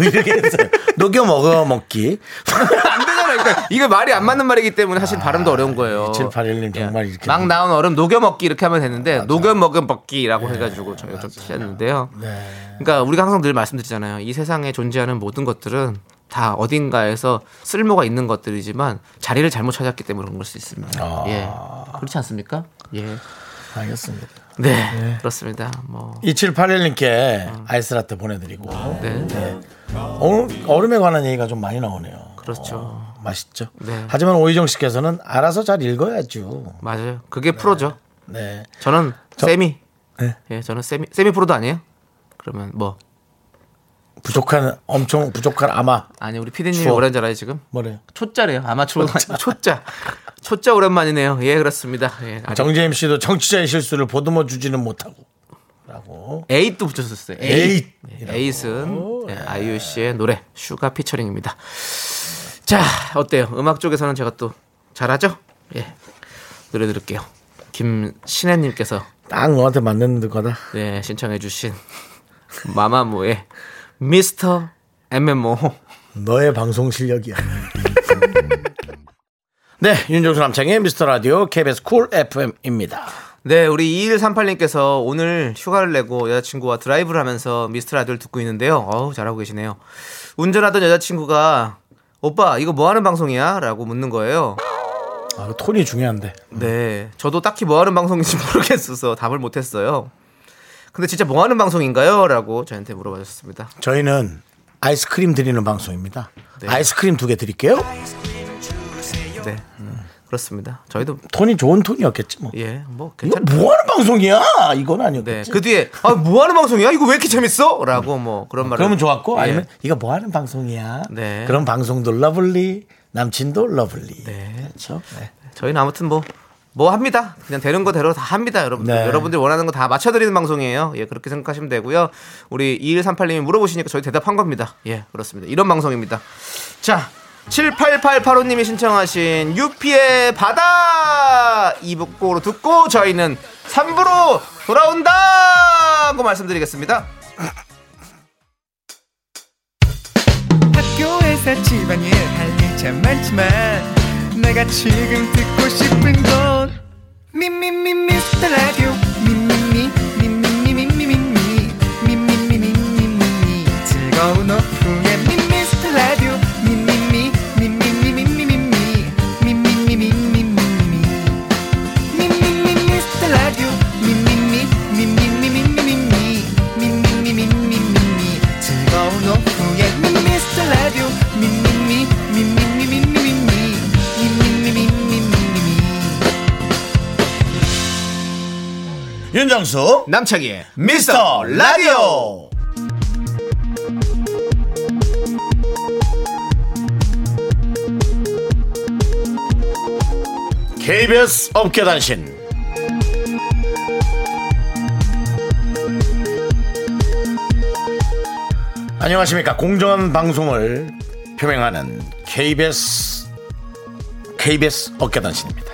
이렇게 했어요. 녹여 먹어 먹기. 안 되잖아요. 그러니까 이게 말이 안 맞는 말이기 때문에 사실 발음도 어려운 아, 거예요. 2781님 정말 이렇게 막 나온 얼음 녹여 먹기 이렇게 하면 되는데 녹여 먹어 먹기라고 해가지고 저희가 좀 피했는데요. 그러니까 우리가 항상 늘 말씀드리잖아요. 이 세상에 존재하는 모든 것들은 다 어딘가에서 쓸모가 있는 것들이지만 자리를 잘못 찾았기 때문에 그런 걸 수 있습니다. 예, 그렇지 않습니까? 예, 알겠습니다. 네, 그렇습니다. 뭐, 2781님께 아이스라떼 보내드리고 네, 얼음, 얼음에 관한 얘기가 좀 많이 나오네요. 그렇죠. 어, 맛있죠. 네. 하지만 오희정 씨께서는 알아서 잘 읽어야죠. 맞아요. 그게 프로죠. 네. 저는 저- 세미. 네. 예, 저는 세미 세미 프로도 아니에요. 그러면 뭐 부족한 엄청 부족한 아마 아니 우리 피디님이 추억. 오랜 자라요 지금 뭐래요? 초짜래요 아마추어가 아니고 초짜 초짜 오랜만이네요 예 그렇습니다 예 아직 정재임 씨도 정치자의 실수를 보듬어 주지는 못하고. 라고. 에잇도 붙였었어요 에잇 에잇이라고. 에잇은 예, 아이유 씨의 노래 슈가 피처링입니다 자 어때요 음악 쪽에서는 제가 또 잘하죠 예 노래 들을게요 김신혜님께서 딱 너한테 맞는 거다. 네, 신청해주신 마마무의 미스터 MMO 너의 방송 실력이야. *laughs* 네, 윤정수 남창의 미스터 라디오 KBS 쿨 FM입니다. 네, 우리 2138님께서 오늘 휴가를 내고 여자친구와 드라이브를 하면서 미스터 라디오를 듣고 있는데요. 어우, 잘하고 계시네요. 운전하던 여자친구가 오빠, 이거 뭐 하는 방송이야? 라고 묻는 거예요. 아, 그 톤이 중요한데. 네. 저도 딱히 뭐 하는 방송인지 *laughs* 모르겠어서 답을 못 했어요. 근데 진짜 뭐 하는 방송인가요? 라고 저한테 물어봐 주셨습니다. 저희는 아이스크림 드리는 방송입니다. 네. 아이스크림 두 개 드릴게요. 네. 그렇습니다. 저희도 톤이 좋은 톤이었겠지 뭐. 예, 뭐 이거 괜찮 뭐 하는 방송이야? 이건 네. 아니었겠지. 그 뒤에 아 뭐 하는 방송이야? 이거 왜 이렇게 재밌어? 라고 뭐 그런 말을 그러면 좋았고 예. 아니면 이거 뭐 하는 방송이야? 네. 그런 방송도 러블리, 남친도 러블리. 네. 그렇죠. 네. 저희는 아무튼 뭐, 뭐 합니다. 그냥 되는 거 대로 다 합니다, 여러분들. 네. 여러분들이 원하는 거 다 맞춰드리는 방송이에요. 예, 그렇게 생각하시면 되고요. 우리 2138님이 물어보시니까 저희 대답한 겁니다. 예, 그렇습니다. 이런 방송입니다. 자, 7888호님이 신청하신 유피의 바다 2부 곡으로 듣고 저희는 3부로 돌아온다! 고 말씀드리겠습니다. 학교에서 집안일 할 일 참 많지만 내가 지금 듣고 싶은 건 미미미 미스터 라디오 미미미 미미미 미미미 미미미 미미미 즐거운 오후에 미스터 라디오 미미미 미미미 미미미 미미미 미미미 윤정수 남창희의 미스터 라디오. KBS 업계단신 안녕하십니까 공정한 방송을 표명하는 KBS KBS 업계단신입니다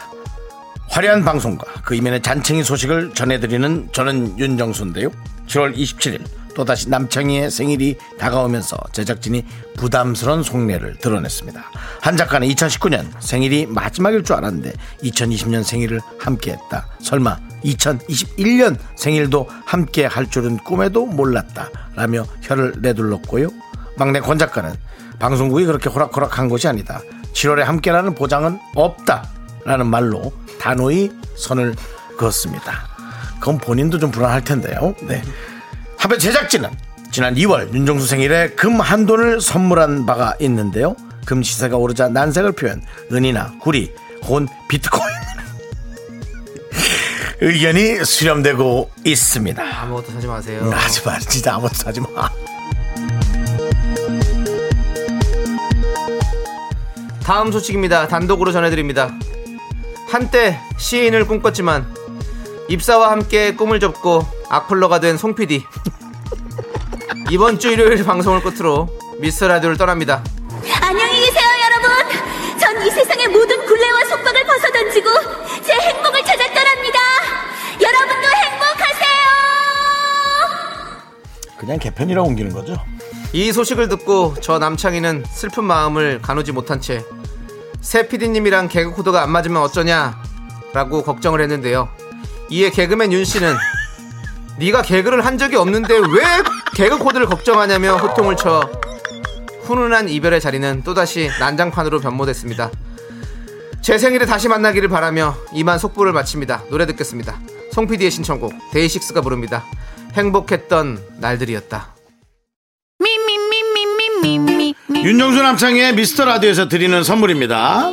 화려한 방송과 그 이면의 잔챙이 소식을 전해드리는 저는 윤정수인데요. 7월 27일 또다시 남창희의 생일이 다가오면서 제작진이 부담스러운 속내를 드러냈습니다. 한 작가는 2019년 생일이 마지막일 줄 알았는데 2020년 생일을 함께했다. 설마 2021년 생일도 함께 할 줄은 꿈에도 몰랐다. 라며 혀를 내둘렀고요. 막내 권 작가는 방송국이 그렇게 호락호락한 것이 아니다. 7월에 함께라는 보장은 없다. 라는 말로 단호히 선을 그었습니다. 그건 본인도 좀 불안할 텐데요. 네. 하배 제작진은 지난 2월 윤정수 생일에 금 한 돈을 선물한 바가 있는데요. 금 시세가 오르자 난색을 표현, 은이나 구리, 혹은 비트코인 *laughs* 의견이 수렴되고 있습니다. 음, 아무것도 사지 마세요. 하지 마, 진짜 아무것도 하지 마. 다음 소식입니다. 단독으로 전해드립니다. 한때 시인을 꿈꿨지만 입사와 함께 꿈을 접고 악플러가 된 송 PD. 이번 주 일요일 방송을 끝으로 미스터 라디오를 떠납니다. 안녕히 계세요, 여러분. 전 이 세상의 모든 굴레와 속박을 벗어던지고 제 행복을 찾아 떠납니다. 여러분도 행복하세요. 그냥 개편이라고 옮기는 거죠. 이 소식을 듣고 저 남창희는 슬픈 마음을 가누지 못한 채 새 PD님이랑 개그 코드가 안 맞으면 어쩌냐 라고 걱정을 했는데요. 이에 개그맨 윤 씨는 네가 개그를 한 적이 없는데 왜 개그 코드를 걱정하냐며 호통을 쳐 훈훈한 이별의 자리는 또다시 난장판으로 변모됐습니다. 제 생일에 다시 만나기를 바라며 이만 속보를 마칩니다. 노래 듣겠습니다. 송 PD의 신청곡 데이식스가 부릅니다. 행복했던 날들이었다. 윤정수 남창의 미스터 라디오에서 드리는 선물입니다.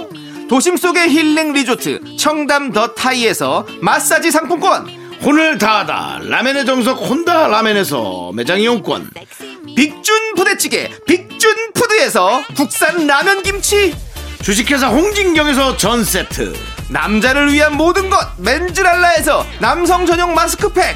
도심 속의 힐링 리조트 청담 더 타이에서 마사지 상품권 혼을 다하다 라멘의 정석 혼다 라멘에서 매장 이용권 빅준 부대찌개 빅준 푸드에서 국산 라면 김치 주식회사 홍진경에서 전 세트 남자를 위한 모든 것 맨즈랄라에서 남성 전용 마스크팩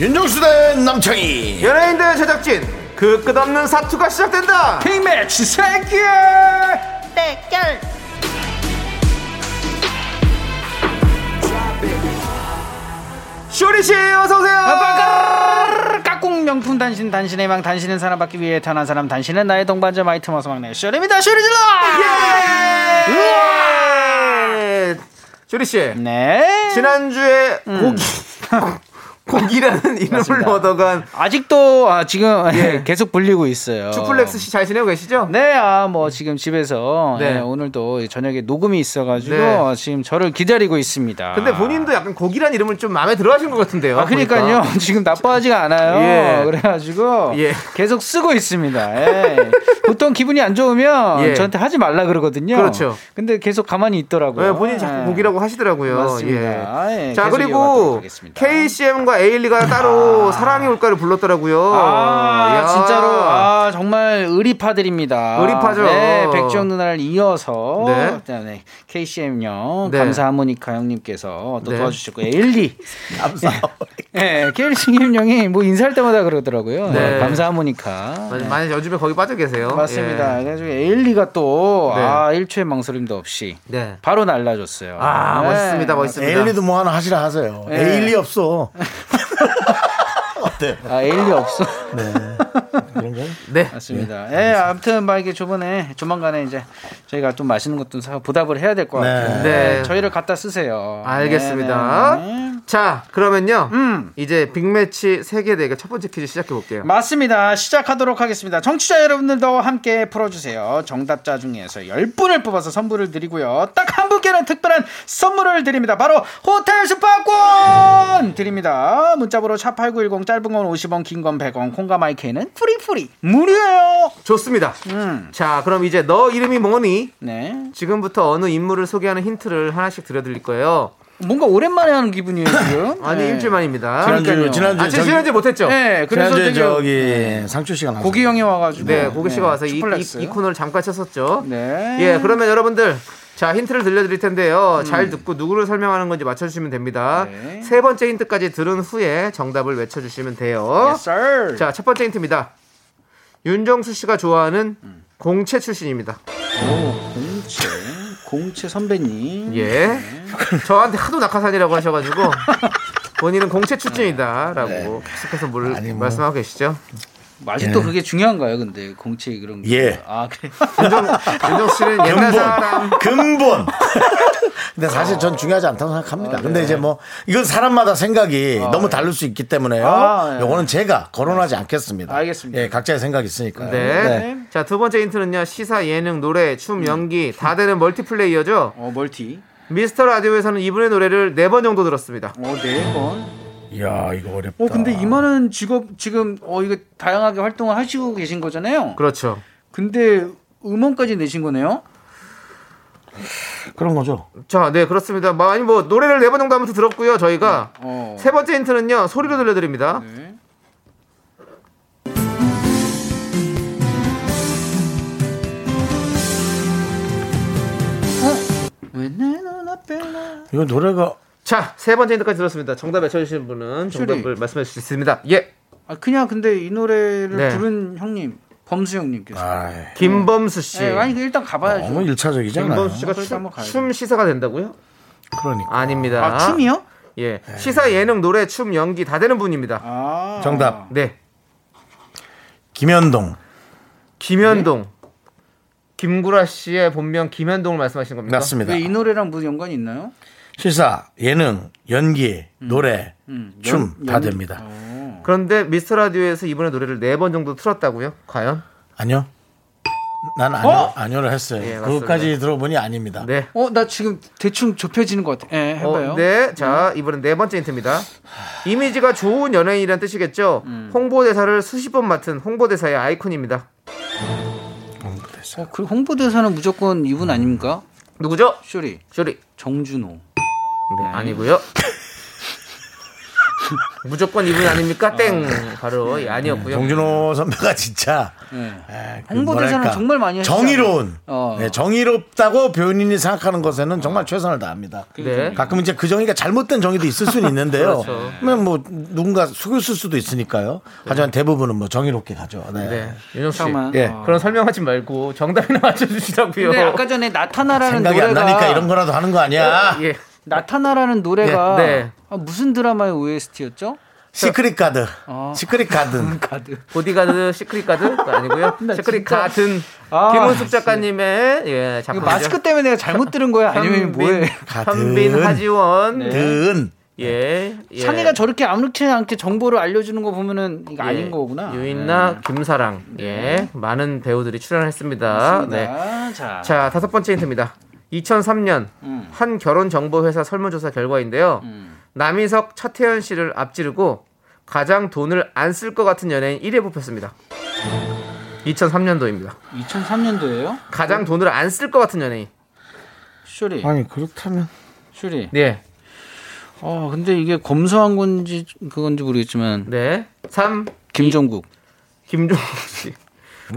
윤정수 대 남창희 연예인들 제작진 그 끝없는 사투가 시작된다 빅매치 세계 쇼리 씨 어서 오세요. 깍꿍 명품 단신 단신의 망 단신은 사랑받기 위해 태어난 사람 단신은 나의 동반자 마이트머스 막내 쇼리입니다 쇼리질러 예! 쇼리 씨 네 지난주에 *laughs* 고기 고기라는 이름을 음. 맞습니다. 얻어간 아직도 아, 지금 예. *laughs* 계속 불리고 있어요 주플렉스 씨 잘 지내고 계시죠? 네, 아, 뭐, 지금 집에서, 네. 예, 오늘도 저녁에 녹음이 있어가지고, 네. 지금 저를 기다리고 있습니다. 근데 본인도 약간 고기란 이름을 좀 마음에 들어 하신 것 같은데요. 아, 그러니까요. 보니까. *laughs* 지금 나빠하지가 않아요. 예. 그래가지고 예. 계속 쓰고 있습니다. 예. 보통 기분이 안 좋으면 예. 저한테 하지 말라 그러거든요. 그렇죠. 근데 계속 가만히 있더라고요. 네, 본인이 자꾸 예. 고기라고 하시더라고요. 맞습니다. 예. 예, 자, 계속 그리고 이어가도록 하겠습니다. KCM과 *laughs* 에일리가 따로 사랑이 올까를 불렀더라고요. 아, 야. 진짜로 아 정말 의리파들입니다. 의리파죠. 네, 백지영 누나를 이어서 네. 네. 네, KCM요 네. 감사 하모니카 형님께서 또 네. 도와주셨고 *laughs* 에일리 감사. 네, KCM 형이 뭐 인사할 때마다 그러더라고요. 어, 네. 감사 하모니카. 맞- 네. 많이 요즘에 거기 빠져 계세요. 맞습니다. 예. 그래가지고 에일리가 또 네. 아, 일초의 망설임도 없이 네. 바로 날라줬어요. 아, 네. 멋있습니다. 멋있습니다. 에일리도 뭐 하나 하시라 하세요 예. 에일리 없어 어때 아, *laughs* 에일리 없어. 그런 *laughs* 거 네. 맞습니다. 예, 아무튼 막 이게 저번에 조만간에 이제 저희가 좀 맛있는 것도 사 보답을 해야 될 것 네. 같아요. 네, 저희를 갖다 쓰세요. 알겠습니다. 네, 네, 네. 자, 그러면요. 음. 이제 빅매치 세계 대결 첫 번째 퀴즈 시작해 볼게요. 맞습니다. 시작하도록 하겠습니다. 청취자 여러분들도 함께 풀어주세요. 정답자 중에서 10분을 뽑아서 선물을 드리고요. 딱 한 분께는 특별한 선물을 드립니다. 바로 호텔 스파권 드립니다. 문자번호 샵8910 짧은 건 50원 긴 건 100원 콩과 마이크는 프리프리 무료예요. 좋습니다. 음. 자, 그럼 이제 너 이름이 뭐니? 네. 지금부터 어느 인물을 소개하는 힌트를 하나씩 드려 드릴 거예요. 뭔가 오랜만에 하는 기분이에요 *laughs* 지금. 아니 네. 일주일 만입니다. 지난주 그러니까요. 지난주 아, 제 지난주 못했죠? 네, 그래서 지난주에 되게 저기 상추 씨가 나왔어요. 고기 형이 와가지고. 네, 고기 씨가 와서 이, 뭐. 슈플렉스. 이- 이 코너를 잠깐 쳤었죠. 네. 예, 그러면 여러분들 자 힌트를 들려드릴 텐데요. 잘 듣고 누구를 설명하는 건지 맞춰주시면 됩니다. 음. 네. 세 번째 힌트까지 들은 후에 정답을 외쳐주시면 돼요. Yes, sir. 자, 첫 번째 힌트입니다. 윤정수 씨가 좋아하는 공채 출신입니다. 음. 공채 공채 선배님. 네. 예. 저한테 하도 낙하산이라고 *laughs* 하셔가지고 본인은 네. 공채 출신이다라고 계속해서 뭘 뭐. 말씀하고 계시죠? 아직도 그게 중요한가요, 근데 공채 그런. 게? 예. 아 그래. 윤정수 *laughs* 씨는 옛날 사람. 근본. *laughs* 근데 사실 전 중요하지 않다고 생각합니다. 근데 이제 뭐 이건 사람마다 생각이 너무 다를 수 있기 때문에요. 아, 예. 요거는 제가 거론하지 않겠습니다. 알겠습니다. 예, 각자의 생각이 있으니까. 네. 자, 두 번째 힌트는요. 시사, 예능, 노래, 춤, 연기 다 되는 멀티플레이어죠. 어 멀티. 미스터 라디오에서는 이분의 노래를 네 번 정도 들었습니다. 어네 번. 이야, 이거 어렵다. 어 근데 이만한 직업 지금 어 이거 다양하게 활동을 하시고 계신 거잖아요. 그렇죠. 근데 음원까지 내신 거네요. 그런 거죠. 자, 네, 그렇습니다. 뭐, 아니 뭐 노래를 네 번 정도 하면서 들었고요. 저희가 어. 세 번째 힌트는요. 소리로 들려드립니다. 네. 왜내 눈앞에 나 이거 노래가 자, 세 번째 힌트까지 들었습니다. 정답 외쳐주신 분은 정답을 슈리. 말씀해 주실 수 있습니다. 예. 아 그냥 근데 이 노래를 네. 부른 형님 범수 형님께서 아이, 예. 어, 김범수 씨. 네, 아니 일단 가봐야죠. 너무 일차적이잖아요. 김범수 씨가 그러니까 춤, 한번 가야죠. 춤 시사가 된다고요? 그러니까. 아닙니다. 아, 춤이요? 네. 예. 시사, 예능, 노래, 춤, 연기 다 되는 분입니다. 아 정답. 네. 김현동. 김현동. 네. 김구라 씨의 본명 김현동을 말씀하시는 겁니까? 맞습니다. 왜 네, 이 노래랑 무슨 연관이 있나요? 실사, 예능, 연기, 노래, 춤 다 됩니다. 어. 그런데 미스터 라디오에서 이분의 노래를 네 번 정도 틀었다고요? 과연? 아니요. 난 아니요, 아니요를 했어요. 예, 그것까지 들어보니 아닙니다. 네. 어 나 지금 대충 좁혀지는 것 같아. 예, 해봐요. 어, 네. 자, 이번엔 네 번째 힌트입니다. 이미지가 좋은 연예인이란 뜻이겠죠. 음. 홍보대사를 수십 번 맡은 홍보대사의 아이콘입니다. 어, 그 홍보대사는 무조건 이분 아닙니까? 누구죠? 쇼리 쇼리. 정준호. 네, 아니고요. *laughs* 무조건 이분 아닙니까? 땡. 네. 바로 예, 아니었고요. 정준호 선배가 진짜 예. 에, 그 홍보 대사는 뭐랄까, 정말 많이 했어요. 정의로운 어. 네, 정의롭다고 배우인이 생각하는 것에는 정말 최선을 다합니다. 네. 가끔 이제 그 정의가 잘못된 정의도 있을 수는 있는데요. 그렇죠. 그러면 뭐 누군가 속였을 수도 있으니까요. 하지만 대부분은 뭐 정의롭게 가죠. 네. 네. 윤정 씨. 잠깐만. 예. 어. 그런 설명하지 말고 정답이나 *laughs* 맞춰주시라고요. 근데 아까 전에 나타나라는 생각이 노래가 어, 안 나니까 이런 거라도 하는 거 아니야. 예. 나타나라는 노래가 네, 네. 아, 무슨 드라마의 OST였죠? 시크릿 가드. 어. 시크릿 가든. *laughs* 가드. 보디가드 시크릿 가든 아니고요. *laughs* 나 시크릿 진짜- 가든 아, 김은숙 작가님의 예 이거 작품 마스크 때문에 내가 잘못 들은 거야? 아니면 뭐예요? 네. 가든. 현빈 하지원 든. 예, 예. 창의가 저렇게 아무렇지 않게 정보를 알려주는 거 보면은 이거 예. 아닌 거구나. 유인나 김사랑 예 많은 배우들이 출연했습니다. 네. 네. 자, 자 다섯 번째 힌트입니다. 2003년 음. 한 결혼 정보 회사 설문조사 결과인데요. 남희석 차태현 씨를 앞지르고 가장 돈을 안 쓸 것 같은 연예인 1위에 뽑혔습니다. 2003년도입니다. 2003년도예요? 가장 돈을 안 쓸 것 같은 연예인. 슈리, 아니 그렇다면 슈리. 예. 네. 어, 근데 이게 검소한 건지 그건지 모르겠지만 네. 3. 김종국. 김종국 씨.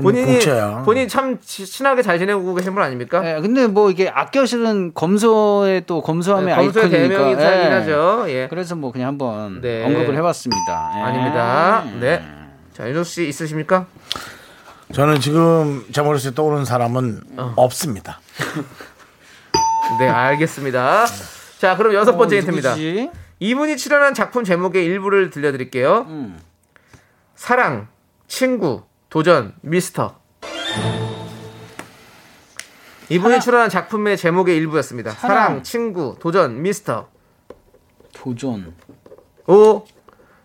본인이 음, 공채야. 본인 참 지- 친하게 잘 지내고 계신 분 아닙니까? 예, 근데 뭐 이게 아껴 실은 검소의 또 네, 검소함의 검수의 아이콘이니까. 네, 대명이긴 예. 하죠. 예. 그래서 뭐 그냥 한번 네. 언급을 해봤습니다. 예. 아닙니다. 네. 자, 윤정수 씨 있으십니까? 저는 지금 제 머릿속에 떠오르는 사람은 없습니다. 네, 알겠습니다. 자, 그럼 여섯 번째 힌트입니다. 어, 누구지? 이분이 출연한 작품 제목의 일부를 들려드릴게요. 음. 사랑, 친구, 도전, 미스터. 이분이 출연한 작품의 제목의 일부였습니다. 사랑, 친구, 도전, 미스터. 도전. 5,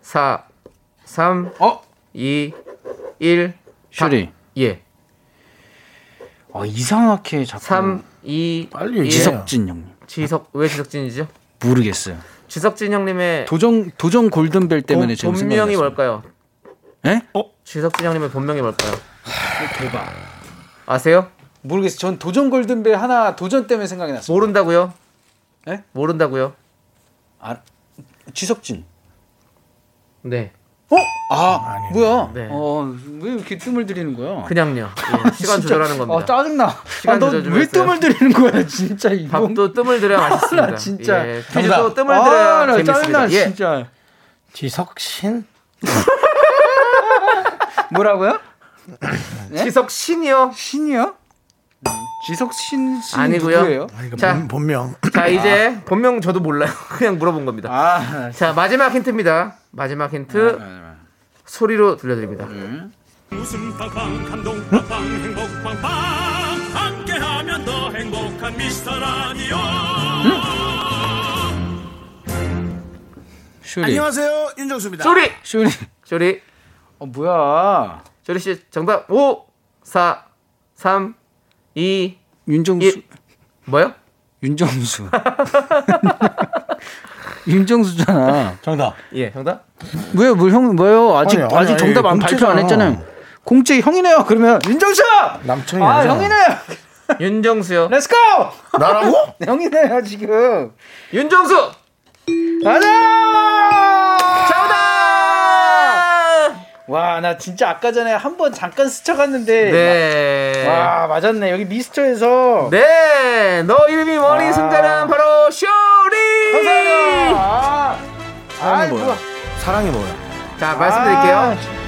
4, 3, 어? 2, 1. 슈리. 예. 어, 이상하게 자꾸 3, 2, 빨리 1. 얘기해요. 지석진 형님. 지석 왜 지석진이죠? 모르겠어요. 지석진 형님의 도전 도전 골든벨 때문에 본- 지금 본명이 생각났어요. 뭘까요? 예? 지석진 형님의 본명이 뭘까요? 아세요? 모르겠어요. 전 도전 골든벨 하나 도전 때문에 생각이 났어요. 모른다고요? 예? 모른다고요? 아, 지석진. 네. 어? 아, 아니네. 뭐야? 네. 어, 왜 이렇게 뜸을 들이는 거야? *laughs* 그냥요. 예, 시간 조절하는 아, 겁니다. 짜증나. 아, 시간 조절 좀 너왜 했어요. 뜸을 들이는 거야, 진짜 이거. 밥도 뜸을 *laughs* 들여야 맛있습니다. 나 아, 진짜. 예, 정답. 퀴즈도 뜸을 아, 들여야 나 재밌습니다. 짜증나, 예. 진짜. 지석신? *clears throat* 뭐라고요? 네? 지석 신이요. 신이요? 음, 지석신 씨 아니고요. 누구예요? 자. 자, 본명. 아. 자 이제 본명 저도 몰라요. *laughs* 그냥 물어본 겁니다. 아, 자 마지막 힌트입니다. 마지막 힌트 소리로 들려드립니다. 웃음 빵빵 감동 빵빵 행복 빵빵 함께하면 더 행복한 미스터 라디오 쇼리. 안녕하세요, 윤정수입니다. 쇼리 쇼리. 쇼리 어, 뭐야. 쇼리 씨 정답 5 4 3 2 윤정수. 1 뭐요? 윤정수. *laughs* 윤정수잖아. 정답. 예 정답 뭐예요, 뭐, 형, 뭐예요? 아직, 아니, 아니, 아직 아니, 정답 공채잖아. 안 네. 발표 안 했잖아요. 공채 형이네요. 그러면 윤정수! 남청이 아, 아니잖아. 형이네! 윤정수요. 렛츠고! 나라고? 형이네요, 지금. 윤정수 가자! 정답. 와, 나 진짜 아까 전에 한 번 잠깐 스쳐갔는데. 네. 와, 맞았네. 여기 미스터에서. 네, 너 이름이 뭐니 아. 승자는 바로 쇼리. 네. 감사합니다. 아, 아이, 사랑이 뭐야? 사랑이 뭐야? 자 말씀드릴게요.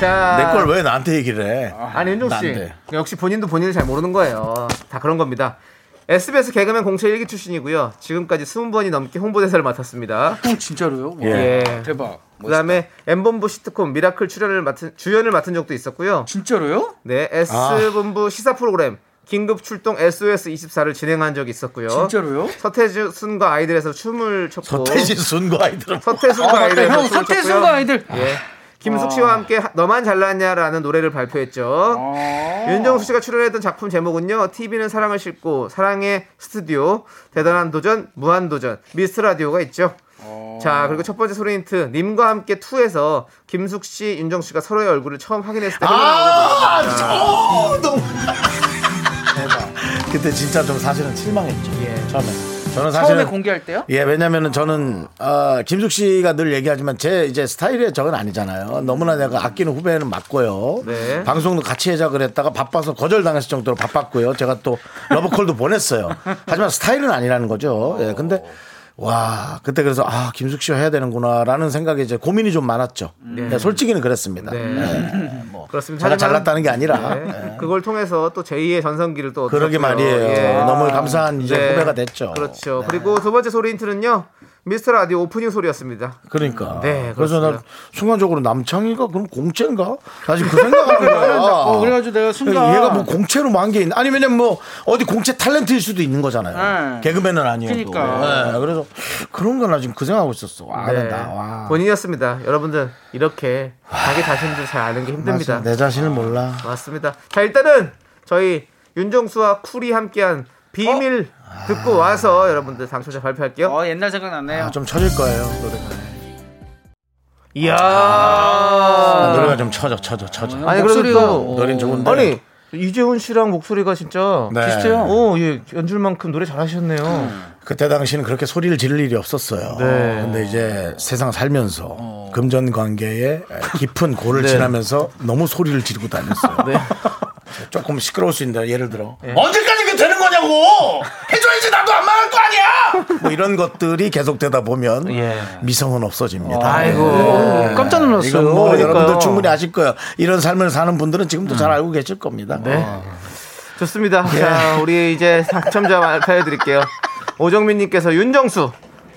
자, 내 걸 왜 나한테 얘기를 해? 아니 윤종 나안 씨 돼. 역시 본인도 본인을 잘 모르는 거예요. 다 그런 겁니다. SBS 개그맨 공채 일기 출신이고요. 지금까지 20번이 넘게 홍보대사를 맡았습니다. 형 어, 진짜로요? 와, 예. 대박. 멋있다. 그다음에 엠본부 시트콤 미라클 출연을 맡은 주연을 맡은 적도 있었고요. 진짜로요? 네, 아. S본부 시사 프로그램 긴급 출동 SOS 24를 진행한 적이 있었고요. 진짜로요? 서태순과 아이들에서 춤을 췄고 서태지 순과 아이들은 서태순과 맞다, 아이들에서 형, 춤을 서태순과 췄고요. 아이들. 아. 예. 김숙 씨와 함께 하- 너만 잘났냐라는 노래를 발표했죠. 아. 윤정수 씨가 출연했던 작품 제목은요. TV는 사랑을 싣고 사랑의 스튜디오, 대단한 도전, 무한 도전, 미스 라디오가 있죠. 아. 자, 그리고 첫 번째 소리 힌트. 님과 함께 투에서 김숙 씨, 윤정수 씨가 서로의 얼굴을 처음 확인했을 때 아, 어, 너무. *laughs* 그때 진짜 좀 사실은 실망했죠. 처음에. 저는 사실은 예. 처음에 공개할 때요? 예, 왜냐면은 저는 어, 김숙 씨가 늘 얘기하지만 제 이제 스타일의 적은 아니잖아요. 너무나 내가 아끼는 후배는 맞고요. 네. 방송도 같이 해자 그랬다가 바빠서 거절당했을 정도로 바빴고요. 제가 또 러브콜도 보냈어요. 하지만 스타일은 아니라는 거죠. 예, 근데 와 그때 그래서 아 김숙 씨가 해야 되는구나라는 생각에 이제 고민이 좀 많았죠. 예, 솔직히는 그랬습니다. 네. 예, 뭐 그렇습니다. 제가 하지만- 잘났다는 게 아니라 네. 예. 그걸 통해서 또 제2의 전성기를 또 그러게 얻었고요. 말이에요. 예. 너무 감사한 이제 네. 후배가 됐죠. 그렇죠. 그리고 두 번째 소리 힌트는요. 미스터 라디오 오프닝 소리였습니다. 그러니까. 네, 그래서 나 그렇습니다. 순간적으로 남창이가 그럼 공채인가? 사실 그 생각하는 거야. 어, 그래가지고 내가 순간 얘가 뭐 공채로 만개 있나? 아니 왜냐면 뭐 어디 공채 탤런트일 수도 있는 거잖아요. 네. 개그맨은 아니어도. 그러니까. 네, 그래서 그런가 나 지금 그 생각하고 있었어. 아, 네. 나 와. 본인이었습니다. 여러분들 이렇게 자기 자신들 잘 아는 게 나 힘듭니다. 지금 내 자신을 몰라. 맞습니다. 자 일단은 저희 윤정수와 쿨이 함께한 비밀 어? 듣고 와서 여러분들 당첨자 발표할게요. 어, 옛날 생각났네요. 아, 좀 쳐질 거예요 노래가. 이야. 아, 노래가 좀 쳐져, 쳐져, 쳐져. 아니 목소리가- 그래도 또- 노래는 좋은데. 아니 이재훈 씨랑 목소리가 진짜 네. 비슷해요. 어, 예, 연출만큼 노래 잘하셨네요. 그때 당시는 그렇게 소리를 지를 일이 없었어요. 네. 근데 이제 세상 살면서 금전 관계에 깊은 *laughs* 고를 네. 지나면서 너무 소리를 지르고 다녔어요. *laughs* 조금 시끄러울 수 있는데 예를 들어 네. 언제까지 그게 되는 거냐고 해줘야지 나도 안 망할 거 아니야. 뭐 이런 것들이 계속되다 보면 예. 미성은 없어집니다. 아이고. 네. 깜짝 놀랐어요. 이건 뭐 그러니까요. 여러분들 충분히 아실 거예요. 이런 삶을 사는 분들은 지금도 잘 알고 계실 겁니다. 네. 어. 좋습니다. 예. 자, 우리 이제 당첨자 발표해 드릴게요. 오정민 님께서 윤정수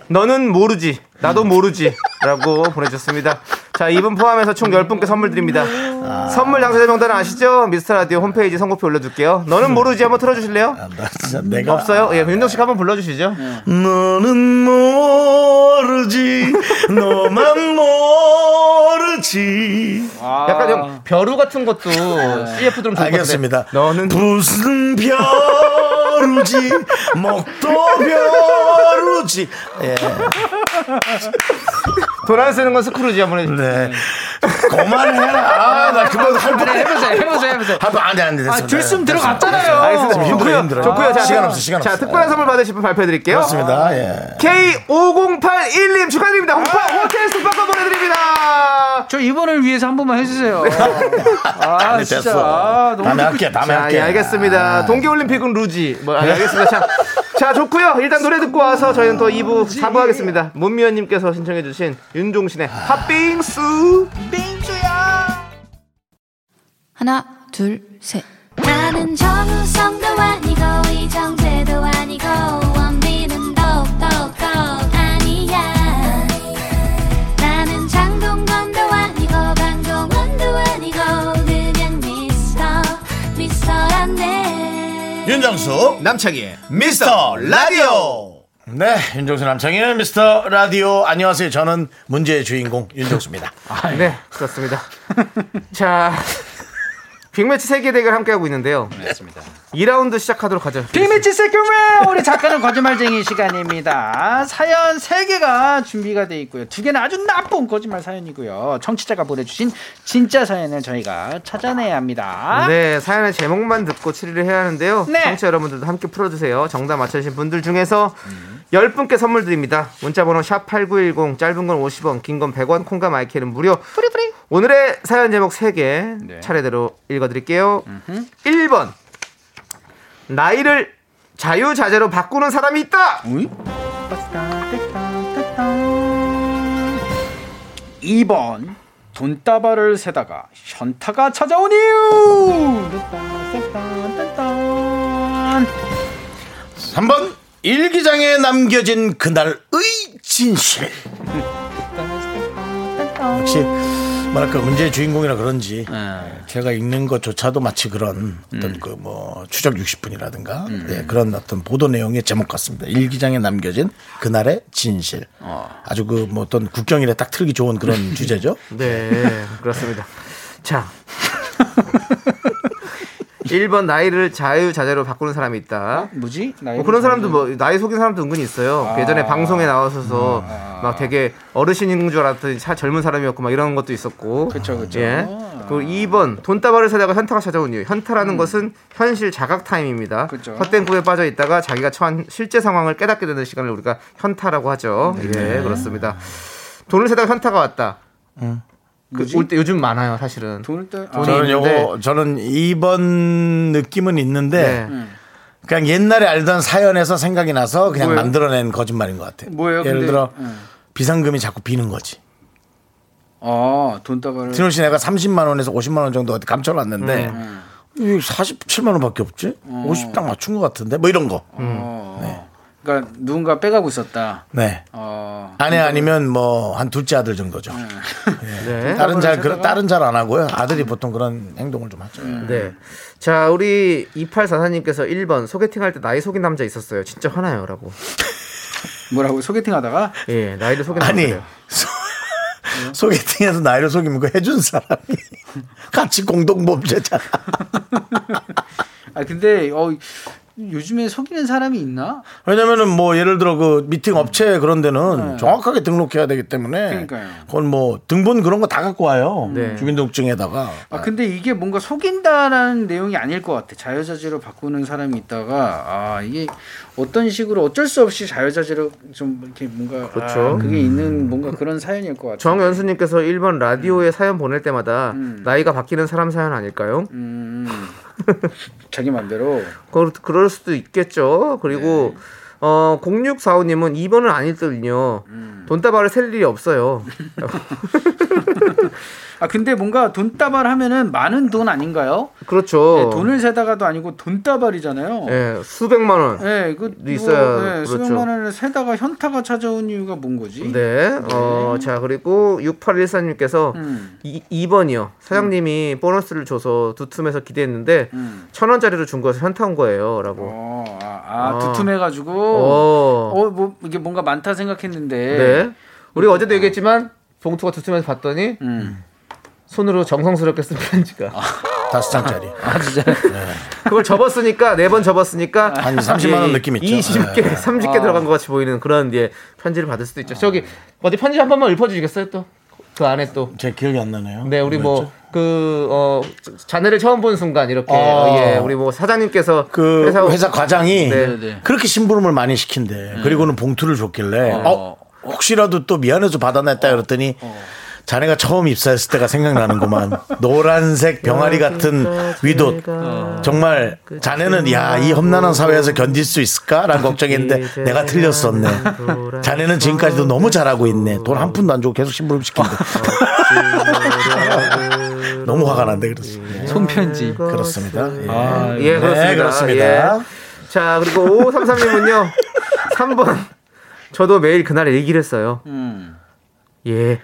너는 모르지. 나도 모르지. 라고 보내주셨습니다. 자, 이분 포함해서 총 10분께 선물 드립니다. 아. 선물 당첨자 명단 아시죠? 미스터 라디오 홈페이지 선고표 올려둘게요. 너는 모르지 한번 틀어주실래요? 아, 나 진짜 내가 없어요? 예, 윤정씨 한번 불러주시죠. 아. 너는 모르지 너만 모르지 아. 약간 좀 벼루 같은 것도 CF 들으면 좋을 것 같은데. 네. 아, 알겠습니다 너는 네. 무슨 벼루지 목도 벼루지 예, 도란 쓰는 건 스크루지 한번 해주세요. 네. 그만해라. 아, 나 금방 할 뻔. 네, 해보자, 해보자, 해보자. 할뻔 안돼 안돼. 아, 네. 들숨 들어갔잖아요. 알겠습니다. 힘들어 힘들어. 좋고요. 자, 시간 그럼- 없어 시간 없어. 자, 특별한 선물 받으실 분 발표해 드릴게요. 그렇습니다. 예. K5081님 축하드립니다. 홍파 아! 호텔 숙박권 보내드립니다. 저 이번을 위해서 한 번만 해주세요. 네. 아, 아니, 진짜. 네, 됐어. 아, 다음에 너무. 할게. 다음에 자, 할게. 아. 예, 알겠습니다. 동계올림픽은 루지. 뭐, 아, 예, 알겠습니다. 자, 자, 좋고요. 일단 노래 듣고 와서 저희는 또 2부 4부 하겠습니다. 문미연님께서 신청해주신 윤종신의 팥빙수. 하나, 둘, 셋. 나는 정우성도 아니고 이정재도 아니고 원빈은 더욱더 아니야 나는 장동건도 아니고 강동원도 아니고 그냥 미스터 미스터란데 윤정수 남창희의 미스터 라디오. 네, 윤정수 남창희의 미스터 라디오. 안녕하세요. 저는 문제의 주인공 윤정수입니다. 네, 그렇습니다. 자, 빅매치 세계 대결 함께하고 있는데요. 그렇습니다. 2라운드 시작하도록 하죠. 빅매치 세큐맨 우리 작가는 거짓말쟁이 시간입니다. 사연 3개가 준비가 돼 있고요. 2개는 아주 나쁜 거짓말 사연이고요. 청취자가 보내주신 진짜 사연을 저희가 찾아내야 합니다. 네, 사연의 제목만 듣고 추리를 해야 하는데요. 네. 청취자 여러분들도 함께 풀어주세요. 정답 맞춰주신 분들 중에서 10분께 선물 드립니다. 문자번호 샵8910, 짧은 건 50원, 긴 건 100원, 콩과 마이크는 무료. 오늘의 사연 제목 3개 네. 차례대로 읽어드릴게요. 1번. 나이를 자유자재로 바꾸는 사람이 있다! 2번 돈다발을 세다가 현타가 찾아온 이유 3번 일기장에 남겨진 그날의 진실. 역시 뭐랄까 문제의 주인공이라 그런지 제가 읽는 것조차도 마치 그런 어떤 그 뭐 추적 60분이라든가 네, 그런 어떤 보도 내용의 제목 같습니다. 일기장에 남겨진 그날의 진실. 아주 그 뭐 어떤 국경일에 딱 틀기 좋은 그런 주제죠. 네, *laughs* 그렇습니다. 자. *laughs* 1번 나이를 자유자재로 바꾸는 사람이 있다. 뭐지? 나이 뭐 그런 사람도 뭐 나이 속인 사람도 은근히 있어요. 아. 그 예전에 방송에 나와서서 막 되게 어르신인 줄 알았더니 차 젊은 사람이었고 막 이런 것도 있었고. 그쵸, 그쵸. 예. 그리고 2번 돈다발을 사다가 현타가 찾아온 이유. 현타라는 것은 현실 자각 타임입니다. 음. 그쵸. 헛된 꿈에 빠져 있다가 자기가 처한 실제 상황을 깨닫게 되는 시간을 우리가 현타라고 하죠. 네. 예, 그렇습니다. 돈을 세다가 현타가 왔다. 그 올 때 요즘 많아요, 사실은. 돈을 떠 아, 돈이 저는 있는데. 요거 저는 2번 느낌은 있는데 네. 그냥 옛날에 알던 사연에서 생각이 나서 그냥 뭐예요? 만들어낸 거짓말인 것 같아요. 뭐예요? 예를 근데- 들어 음. 비상금이 자꾸 비는 거지. 어, 돈다발을 진호 씨 내가 30만 원에서 50만 원 정도 어디 감춰놨는데 음. 음. 이게 47만 원밖에 없지? 50 딱 맞춘 것 같은데 뭐 이런 거. 음. 어, 네. 그러니까 누군가 빼가고 있었다 네. 어, 아내 아니면 뭐 한 둘째 아들 정도죠. 음. 네. 딸은 잘 그, 딸은 잘 안 하고요. 아들이 보통 그런 행동을 좀 하죠. 네. 자, 우리 2844님께서 1번 소개팅 할 때 나이 속인 남자 있었어요. 진짜 화나요. 라고. 뭐라고 소개팅 하다가 예, 나이를 속인 남자. 아니 소, *laughs* 소개팅에서 나이를 속이면 그 해준 사람이 *laughs* 같이 공동범죄자. 아 근데 어 요즘에 속이는 사람이 있나? 왜냐면은 뭐 예를 들어 그 미팅 업체 그런 데는 정확하게 등록해야 되기 때문에 네. 그러니까요. 네. 건뭐 등본 그런 거 다 갖고 와요. 주민등록증에다가. 네. 아 근데 이게 뭔가 속인다라는 내용이 아닐 것 같아. 자유자재로 바꾸는 사람이 있다가 아 이게 어떤 식으로 어쩔 수 없이 자유자재로 좀 이렇게 뭔가 그렇죠. 아, 그게 있는 뭔가 그런 사연일 것 같아. 정연수님께서 1번 라디오에 사연 보낼 때마다 나이가 바뀌는 사람 사연 아닐까요? 음, 자기 맘대로. 그, 그럴 수도 있겠죠. 그리고 네. 어 0645님은 2번은 아닐 듯요. 음. 돈다발을 셀 일이 없어요. 아 근데 뭔가 돈다발 하면은 많은 돈 아닌가요? 그렇죠. 네, 돈을 세다가도 아니고 돈다발이잖아요. 예, 수백만 원. 네, 그 뭐, 있어야 네, 그렇죠. 수백만 원을 세다가 현타가 찾아온 이유가 뭔 거지? 네. 어, 자, 그리고 6814님께서 음. 이 2번이요. 사장님이 보너스를 줘서 두툼해서 기대했는데 음. 천 원짜리로 준 거에서 현타 온 거예요. 라고. 어, 아, 아, 어. 두툼해가지고 어. 어, 뭐 이게 뭔가 많다 생각했는데. *laughs* 네. 우리가 음. 어제도 얘기했지만 봉투가 두툼해서 봤더니 음. 손으로 정성스럽게 쓴 편지가. 아. 다섯 장짜리. 아. *laughs* 그걸 접었으니까 네 번 접었으니까 한 30만 원 느낌 있죠. 20개, 네. 30개 들어간 것 같이 보이는 그런 예, 편지를 받을 수도 있죠. 저기 어디 편지 한 번만 읊어 주시겠어요, 또? 그 안에 또. 제 기억이 안 나네요. 네, 우리 뭐, 뭐였죠? 그, 어, 자네를 처음 본 순간 이렇게, 아. 예, 우리 뭐 사장님께서. 그 회사, 회사, 과장이 네, 네. 그렇게 심부름을 많이 시킨대. 그리고는 봉투를 줬길래 어, 혹시라도 또 미안해서 받아냈다 그랬더니 자네가 처음 입사했을 때가 *laughs* 생각나는구만. 노란색 병아리 그러니까 그 같은 위도. 정말 자네는 야 이 험난한 사회에서 견딜 수 있을까라는 걱정했는데 내가 틀렸었네. 자네는 지금까지도 너무 잘하고 있네. 돈 한 푼도 안 주고 계속 심부름 시킨다. *laughs* 너무 화가 난대 그랬어. 아, 손편지. 그렇습니다. 예. 아. 예, 그렇습니다. 네, 그렇습니다. 예. 자, 그리고 5533님은요. *laughs* 3번. 저도 매일 그날 일기를 써요. 예.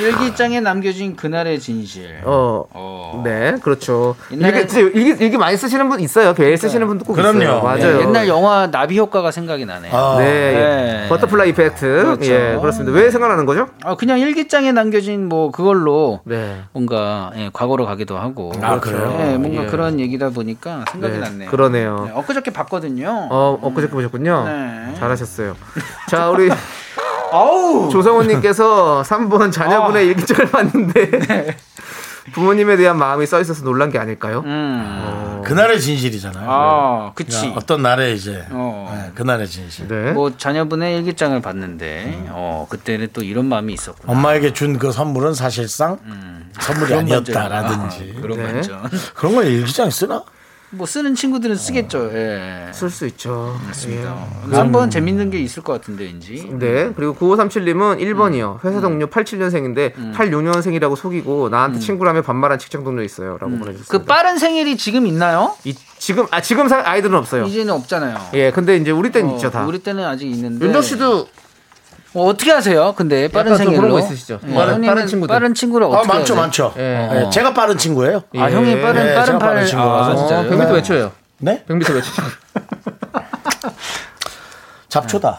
일기장에 남겨진 그날의 진실. 어. 네, 그렇죠. 옛날에- 일기, 진짜 일기, 일기 많이 쓰시는 분 있어요. 매일 쓰시는 분도 꼭 그럼요. 있어요. 맞아요. 예, 옛날 영화 나비 효과가 생각이 나네. 요 아, 네, 네. 예. 버터플라이 이펙트. 그렇죠. 예, 그렇습니다. 왜 생각나는 거죠? 아, 그냥 일기장에 남겨진 뭐 그걸로 네. 뭔가 예, 과거로 가기도 하고. 아, 그래요? 예, 뭔가 예. 그런 얘기다 보니까 생각이 네, 났네요. 그러네요. 네, 엊그저께 봤거든요. 어, 엊그저께 보셨군요. 네. 잘하셨어요. 자, 우리 *laughs* 아우. 아. 조성훈님께서 3번 자녀분의 일기장을 *laughs* 봤는데 네. 부모님에 대한 마음이 써 있어서 놀란 게 아닐까요? 어, 음. 그날의 진실이잖아요. 아, 그치. 그러니까 어떤 날에 이제 어. 네, 그날의 진실. 네. 뭐 자녀분의 일기장을 봤는데 어 그때는 또 이런 마음이 있었고 음. 엄마에게 준 그 선물은 사실상 선물이 아니었다라든지 그런 네. 반전 그런 걸 일기장 쓰나? 뭐 쓰는 어. 친구들은 쓰겠죠 예 어, 쓸 수 있죠. 맞습니다. 한번 재밌는 게 있을 것 같은데 왠지 네. 그리고 9537님은 음. 1번이요. 회사 동료 87년생인데 86년생이라고 속이고 나한테 친구라며 반말한 직장 동료 있어요. 라고 음. 그 보내주셨습니다. 빠른 생일이 지금 있나요 이- 지금, 아, 지금 사- 아이들은 없어요. 이제는 없잖아요 예, 근데 이제 우리 땐 어, 있죠, 다. 우리 때는 아직 있는데 윤정 씨도 어, 어떻게 하세요 근데 빠른 약간 좀 생일로 그런 거 있으시죠? 예, 빠른- 형님은 빠른 친구들. 빠른 친구를 아 어떻게 많죠 하세요? 많죠. 예. 네, 제가 빠른 친구예요. 아 예. 형이 빠른 예, 빠른 제가 빠른 팔을 친구라서. 아, 진짜요? 어, 100m 외쳐요. 네? 100m 외치죠. 잡초다.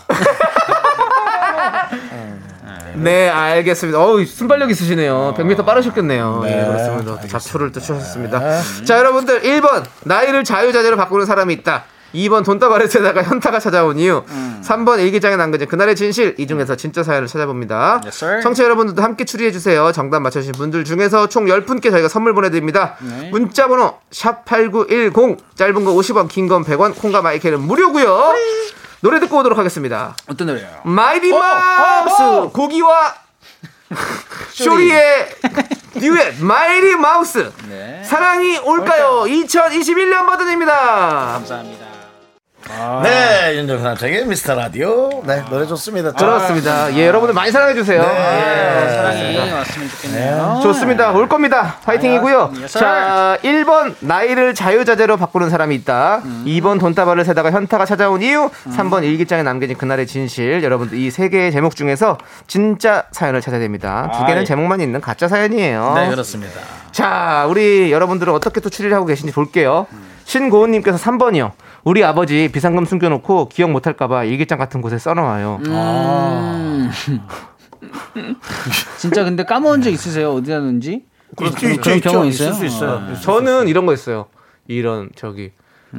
네, 알겠습니다. 어우, 순발력 있으시네요. 100m 빠르셨겠네요. 네, 예, 그렇습니다. 네. 또 잡초를 또 추셨습니다. 자, 여러분들. 1번, 나이를 자유자재로 바꾸는 사람이 있다. 2번, 돈다발을 세다가 현타가 찾아온 이유. 3번, 일기장에 남겨진 그날의 진실. 이 중에서 진짜 사연을 찾아봅니다. Yes, sir. 청취자 여러분들도 함께 추리해주세요. 정답 맞춰주신 분들 중에서 총 10분께 저희가 선물 보내드립니다. 문자번호, 샵8910. 짧은 거 50원, 긴 건 100원, 콩과 마이크는 무료고요 노래 듣고 오도록 하겠습니다. 어떤 노래예요 마이디 마우스 고기와 어, *laughs* 쇼리의 듀엣 마이디 마우스 네 사랑이 올까요 2021년 버전입니다 감사합니다 네, 윤정수 남창의 미스터 라디오. 네, 노래 좋습니다. 그렇습니다 예 여러분들 많이 사랑해 주세요 네. 예. 사랑이 네, 왔으면 아. 좋겠네요 좋습니다 올 겁니다 파이팅이고요 예, Yes, sir. 자 1번 나이를 자유자재로 바꾸는 사람이 있다 음. 2번 돈다발을 세다가 현타가 찾아온 이유 3번 일기장에 남겨진 그날의 진실 여러분들 이 세 개의 제목 중에서 진짜 사연을 찾아야 됩니다 두 개는 아이. 제목만 있는 가짜 사연이에요 예. 네, 그렇습니다. 자, 우리 여러분들은 어떻게 또 추리를 하고 계신지 볼게요. 음. 신고은님께서 3번이요. 우리 아버지 비상금 숨겨놓고 기억 못할까봐 일기장 같은 곳에 써놔요. 진짜 근데 까먹은 적 있으세요 어디 하는지 있죠, 네, 있죠, 그런 있죠. 경험 있을 아, 있어요? 수 있어요. 어. 저는 이런 거 있어요. 이런 저기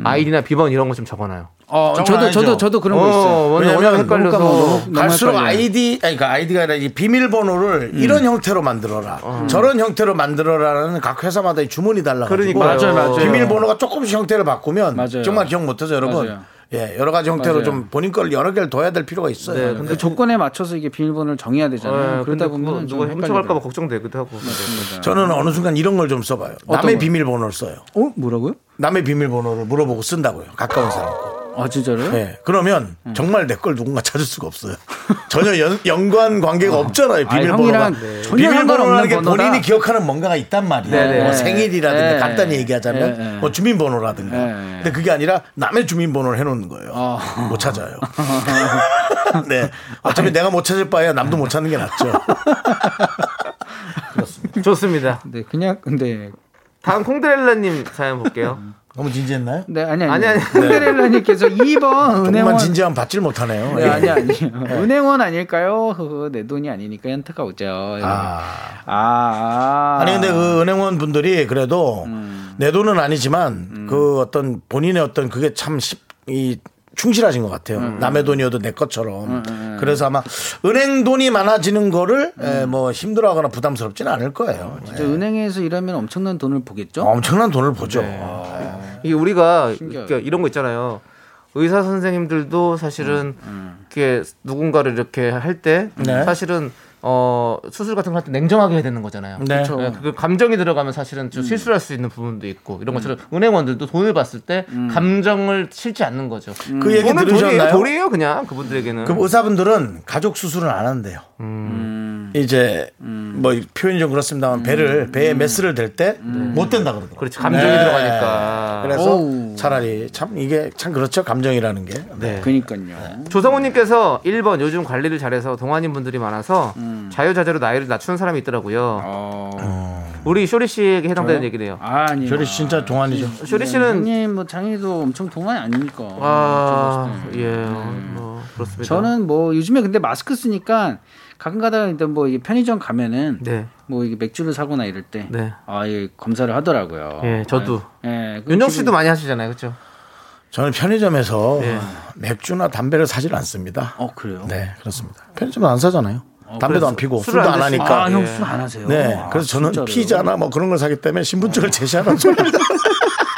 아이디나 비번 이런 거 좀 적어놔요. 어, 저건 저도 아니죠. 저도 저도 그런 거 있어요. 어, 왜냐면 왜냐면 헷갈려서 갈수록 헷갈려요. 음. 아이디, 아니, 그 아이디가 아니라 이 비밀번호를 이런 형태로 만들어라. 저런 형태로 만들어라는 각 회사마다 이 주문이 달라가지고. 그러니까요. 맞아요, 맞아요. 비밀번호가 조금씩 형태를 바꾸면 맞아요. 정말 기억 못하죠, 여러분. 맞아요. 예, 여러 가지 형태로 맞아요. 좀 본인 걸 여러 개를 둬야 될 필요가 있어요. 네, 그 조건에 맞춰서 이게 비밀번호를 정해야 되잖아요. 예, 근데 그러다 그거 보면 누가 훔쳐갈까봐 걱정되기도 하고. 저는 어느 순간 이런 걸 좀 써봐요. 남의 거요? 비밀번호를 써요. 어 뭐라고요? 남의 비밀번호를 물어보고 쓴다고요. 가까운 사람. 거. 아 진짜로요? 네. 그러면 정말 내 걸 누군가 찾을 수가 없어요. 전혀 연, 연관 관계가 없잖아요. 아니, 비밀번호가. 형이랑 네. 전혀 비밀번호라는 상관없는 게 번호다. 본인이 기억하는 뭔가가 있단 말이에요. 네, 네. 뭐 생일이라든가 네. 간단히 얘기하자면 네, 네. 뭐 주민번호라든가. 네, 네. 근데 그게 아니라 남의 주민번호를 해놓는 거예요. 못 *laughs* 찾아요. 네. 어차피 내가 못 찾을 바에야 남도 못 찾는 게 낫죠. 좋습니다. 네 그냥 근데 다음 콩드렐라님 사연 볼게요. 너무 진지했나요? 네 아니 아니 아니, *laughs* 아니 아니. 홍대렐라님께서 2번 조금만 은행원 진지하면 받질 못하네요. 네, 예. 아니 아니 *laughs* 은행원 아닐까요? 흐흐, 내 돈이 아니니까 현타가 오죠. 아, 아. 아, 아. 아니 근데 그 은행원 분들이 그래도 내 돈은 아니지만 그 어떤 본인의 어떤 그게 참 십 이 충실하신 것 같아요. 남의 돈이어도 내 것처럼. 그래서 아마 은행 돈이 많아지는 거를 에, 뭐 힘들어하거나 부담스럽지는 않을 거예요. 예. 진짜 은행에서 일하면 엄청난 돈을 보겠죠? 엄청난 돈을 보죠. 아, 이게 우리가 신기하다. 그러니까 이런 거 있잖아요. 의사 선생님들도 사실은 이렇게 누군가를 이렇게 할 때 네. 사실은 어 수술 같은 거 할 때 냉정하게 해야 되는 거잖아요. 네. 그쵸? 예, 그 감정이 들어가면 사실은 좀 실수할 수 있는 부분도 있고 이런 것처럼 은행원들도 돈을 봤을 때 감정을 실지 않는 거죠. 그 얘기 돈은 돈이에요, 들으셨나요? 돈이에요 그냥 그분들에게는. 그 의사분들은 가족 수술은 안 한대요. 이제 뭐 표현이 좀 그렇습니다만 배를 배에 메스를 댈 때 못 된다 그러더라고요. 그렇지 감정이 네. 들어가니까. 그래서 오우. 차라리 참 이게 참 그렇죠 감정이라는 게. 네. 그니까요. 조성우님께서 1번 요즘 관리를 잘해서 동안인 분들이 많아서 자유자재로 나이를 낮추는 사람이 있더라고요. 어. 우리 쇼리 씨에게 해당되는 얘기네요. 아니. 저리 진짜 동안이죠. 쇼리 씨는 형님 뭐 장애도 엄청 동안이 아닙니까? 아, 예, 뭐 그렇습니다. 음, 네. 저는 뭐 요즘에 근데 마스크 쓰니까 가끔 가다가 일단 뭐 이게 편의점 가면은 네, 뭐 이게 맥주를 사거나 이럴 때 네. 아, 예, 검사를 하더라고요. 예, 저도 예. 그 윤정 지금- 씨도 많이 하시잖아요, 그렇죠? 저는 편의점에서 예. 맥주나 담배를 사질 않습니다. 어, 그래요. 네 그렇습니다. 편의점은 안 사잖아요. 담배도 안 피고 술을 어, 술도 안 안 하니까. 어. 아, 예. 형 술 안 하세요? 네, 아, 그래서 저는 진짜로요? 피자나 뭐 그런 걸 사기 때문에 신분증을 제시하는 소리입니다.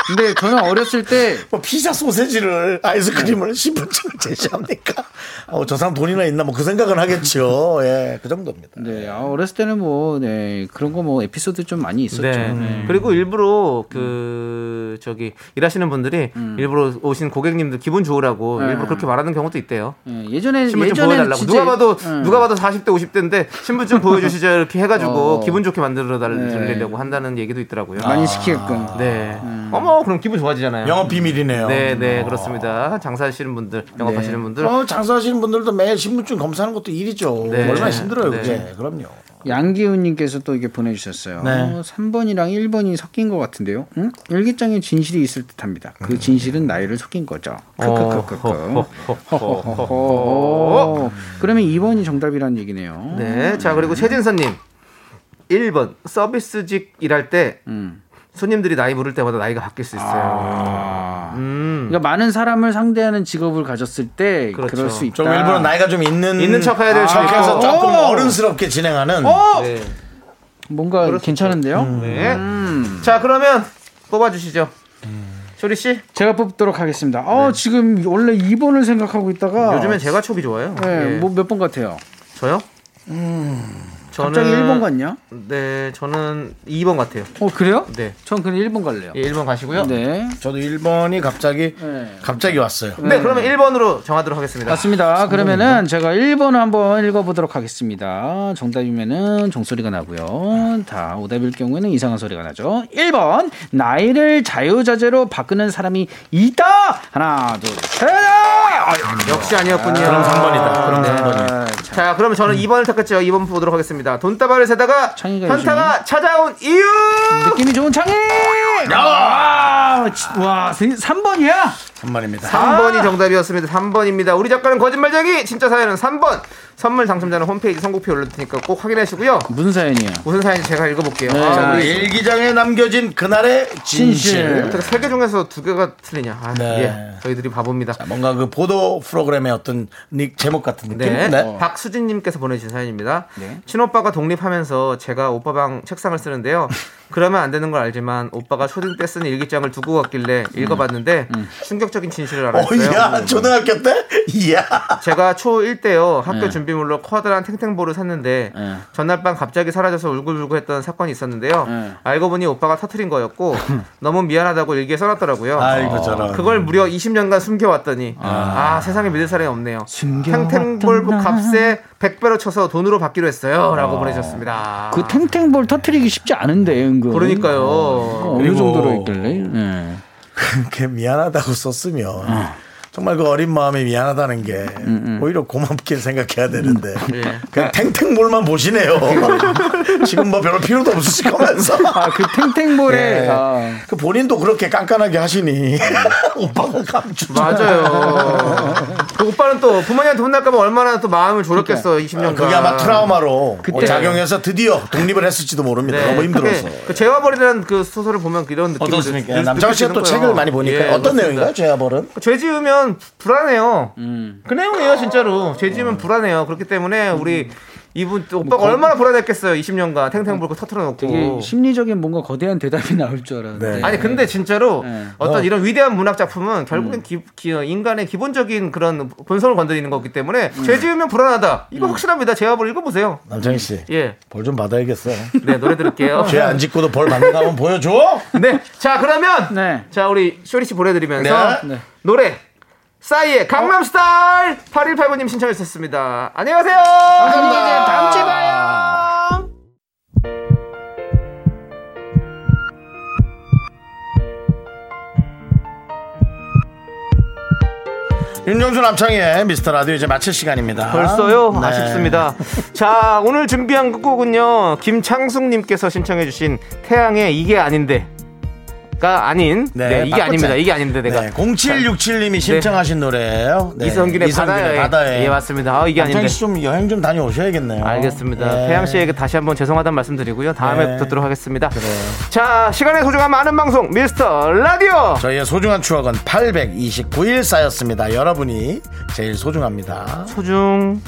근데 저는 어렸을 때 *laughs* 뭐 피자 소세지를 네. 아이스크림을 신분증을 제시합니까? 어, 저 사람 돈이나 있나 뭐 그 생각은 하겠죠. 예, 그 정도입니다. 네, 아, 어렸을 때는 뭐, 네, 그런 거 뭐 에피소드 좀 많이 있었죠. 네. 그리고 일부러 그 저기 일하시는 분들이 음. 일부러 오신 고객님들 기분 좋으라고 일부러 그렇게 말하는 경우도 있대요. 예, 예전에 신분증 네. 예전에는 보여달라고 진짜 누가 봐도 예. 누가 봐도 40대 50대인데 신분증 *laughs* 보여주시죠 이렇게 해가지고 어. 기분 좋게 만들어 네. 달리려고 한다는 얘기도 있더라고요. 아. 많이 음. 시키게끔. 네. 어머 그럼 기분 좋아지잖아요. 영업 비밀이네요. 네, 음. 어. 네 그렇습니다. 장사하시는 분들, 네. 영업하시는 분들. 어, 장사하시는 분들도 매일 신분증 검사하는 것도 일이죠. 네. 얼마나 힘들어요, 네. 그게. 그럼요. 양기훈님께서 또 이게 보내주셨어요. 네. 어, 3번이랑 1번이 섞인 것 같은데요. 응? 일기장에 진실이 있을 듯합니다. 음. 그 진실은 나이를 속인 거죠. 크크크크크. 어. *laughs* 호호호호호. 그러면 2번이 정답이라는 얘기네요. 네. 자 음. 그리고 최진선님 1번 서비스직 일할 때 음. 손님들이 나이 물을 때마다 나이가 바뀔 수 아. 있어요. 음. 그러니까 많은 사람을 상대하는 직업을 가졌을 때그럴 그렇죠. 수 있다. 좀 일부러 나이가 좀 있는 음. 있는 척해야 될 척해서 아. 조금 오. 어. 어른스럽게 진행하는 어? 네. 뭔가 그렇죠. 괜찮은데요. 네. 자 그러면 뽑아주시죠. 쇼리 씨. 제가 뽑도록 하겠습니다. 어, 지금 원래 2번을 생각하고 있다가 네. 요즘엔 제가 촉이 좋아요. 어. 네, 예. 뭐 몇 번 같아요? 저요? 저는 갑자기 1번 같냐? 네, 저는 2번 같아요. 어, 그래요? 네. 전 그냥 1번 갈래요. 예, 1번 가시고요. 네. 네. 저도 1번이 갑자기 네. 갑자기 왔어요. 그러면 1번으로 정하도록 하겠습니다. 맞습니다. 그러면은 제가 1번을 한번 읽어보도록 하겠습니다. 정답이면은 종소리가 나고요. 다 오답일 경우에는 이상한 소리가 나죠. 1번 나이를 자유자재로 바꾸는 사람이 있다. 하나 둘 셋. 아, 역시 아니었군요. 그럼 3번이다. 그럼 네. 3번이다. 자, 그러면 저는 2번을 택했죠. 2번 보도록 하겠습니다. 돈다발을 세다가 창의가 현타가 찾아온 이유! 느낌이 좋은 창의. 와, 지- 와 3번이야? 3번입니다. 3번이 정답이었습니다. 3번입니다. 우리 작가는 거짓말쟁이, 진짜 사연은 3번. 선물 당첨자는 홈페이지 선곡표 올릴 테니까 꼭 확인하시고요. 무슨 사연이야? 무슨 사연인지 제가 읽어볼게요. 자, 아, 우리 우리 일기장에 남겨진 그날의 네. 진실. 진실. 어떻게 세개 중에서 두 개가 틀리냐. 아, 네. 예. 저희들이 바보입니다. 뭔가 그 보도 프로그램의 어떤 닉 제목 같은 느낌? 네. 네. 박수진님께서 보내주신 사연입니다. 친오빠가 독립하면서 제가 오빠방 책상을 쓰는데요. 그러면 안 되는 걸 알지만 오빠가 초딩 때 쓴 일기장을 두고 갔길래 읽어봤는데 충격적인 진실을 음. 어, 알았어요. 야, 초등학교 때? 이야. 제가 초1 때요 학교 네. 준비물로 커다란 탱탱볼을 샀는데 전날 밤 갑자기 사라져서 울고불고했던 사건이 있었는데요. 네. 알고 보니 오빠가 터트린 거였고 *laughs* 너무 미안하다고 일기에 써놨더라고요. 어, 아이고, 저런. 그걸 무려 20년간 숨겨왔더니 아, 세상에 믿을 사람이 없네요. 탱탱볼 그 값에 100배로 쳐서 돈으로 받기로 아. 했어요라고 보내셨습니다. 그 탱탱볼 터트리기 쉽지 않은데 은근. 그러니까요. 어느 그리고- 정도로 있길래? 네. 그렇게 미안하다고 썼으면 정말 그 어린 마음에 음, 미안하다는 게 오히려 고맙게 생각해야 되는데 그냥 탱탱볼만 보시네요. 지금 뭐 별로 필요도 없으실 거면서 아, 그 탱탱볼에 예. 아, 그 본인도 그렇게 깐깐하게 하시니 *laughs* 오빠가 감추. *laughs* 맞아요. 그 오빠는 또 부모님한테 혼날까봐 얼마나 또 마음을 졸였겠어, 20년간. 그게 아마 트라우마로 뭐 그때- 작용해서 드디어 독립을 했을지도 모릅니다. 너무 힘들어서. 그게 그 재화벌이라는 그 소설을 보면 이런 느낌이 어떻습니까? 들- 들- 남창 씨가 느껴지는 또 거예요. 책을 많이 보니까 예, 어떤 맞습니다. 내용인가요? 음. 죄아벌은? 죄 지으면 불안해요. 그 내용이에요, 진짜로. 죄 지으면 불안해요. 그렇기 때문에 음. 우리 이분 뭐 또 오빠가 얼마나 불안했겠어요, 20년간. 탱탱 불고 터트려 되게 놓고. 심리적인 뭔가 거대한 대답이 나올 줄 알았는데. 네. 아니 근데 진짜로 네. 어떤 이런 위대한 문학 작품은 음. 결국엔 기- 기- 인간의 기본적인 그런 본성을 건드리는 거기 때문에 음. 죄 지으면 불안하다. 이거 확실합니다. 재화벌 읽어보세요. 남창희 씨. 예. 벌 좀 받아야겠어요. 네, 노래 들을게요. *laughs* 죄 안 짓고도 벌 받는 거 한번 *laughs* 보여줘. 네. 자, 그러면 네. 자, 우리 쇼리 씨 보내 드리면서 네. 노래 싸이의 강남 스타일 8189님 신청해 주셨습니다. 안녕하세요. 감사합니다. 다음 주에 봐요. 윤정수 남창희의 미스터 라디오 이제 마칠 시간입니다. 벌써요? 네. 아쉽습니다. 자, 오늘 준비한 곡은요. 김창숙님께서 신청해주신 태양의 이게 아닌데. 가 아닌. 네, 네, 이게 바꿨죠. 아닙니다. 이게 아닌데 내가. 네, 0767님이 신청하신 노래예요. 네, 이성균의, 바다에. 이성균의 바다에. 예, 맞습니다. 아, 이게 아닌데. 남창희 씨 좀 여행 좀 다녀오셔야겠네요. 알겠습니다. 네. 태양 씨에게 다시 한번 죄송하다는 말씀드리고요. 다음에 네. 뵙도록 하겠습니다. 자, 시간의 소중함 아는 방송 미스터 라디오. 저희의 소중한 추억은 829일 쌓였습니다. 여러분이 제일 소중합니다. 소중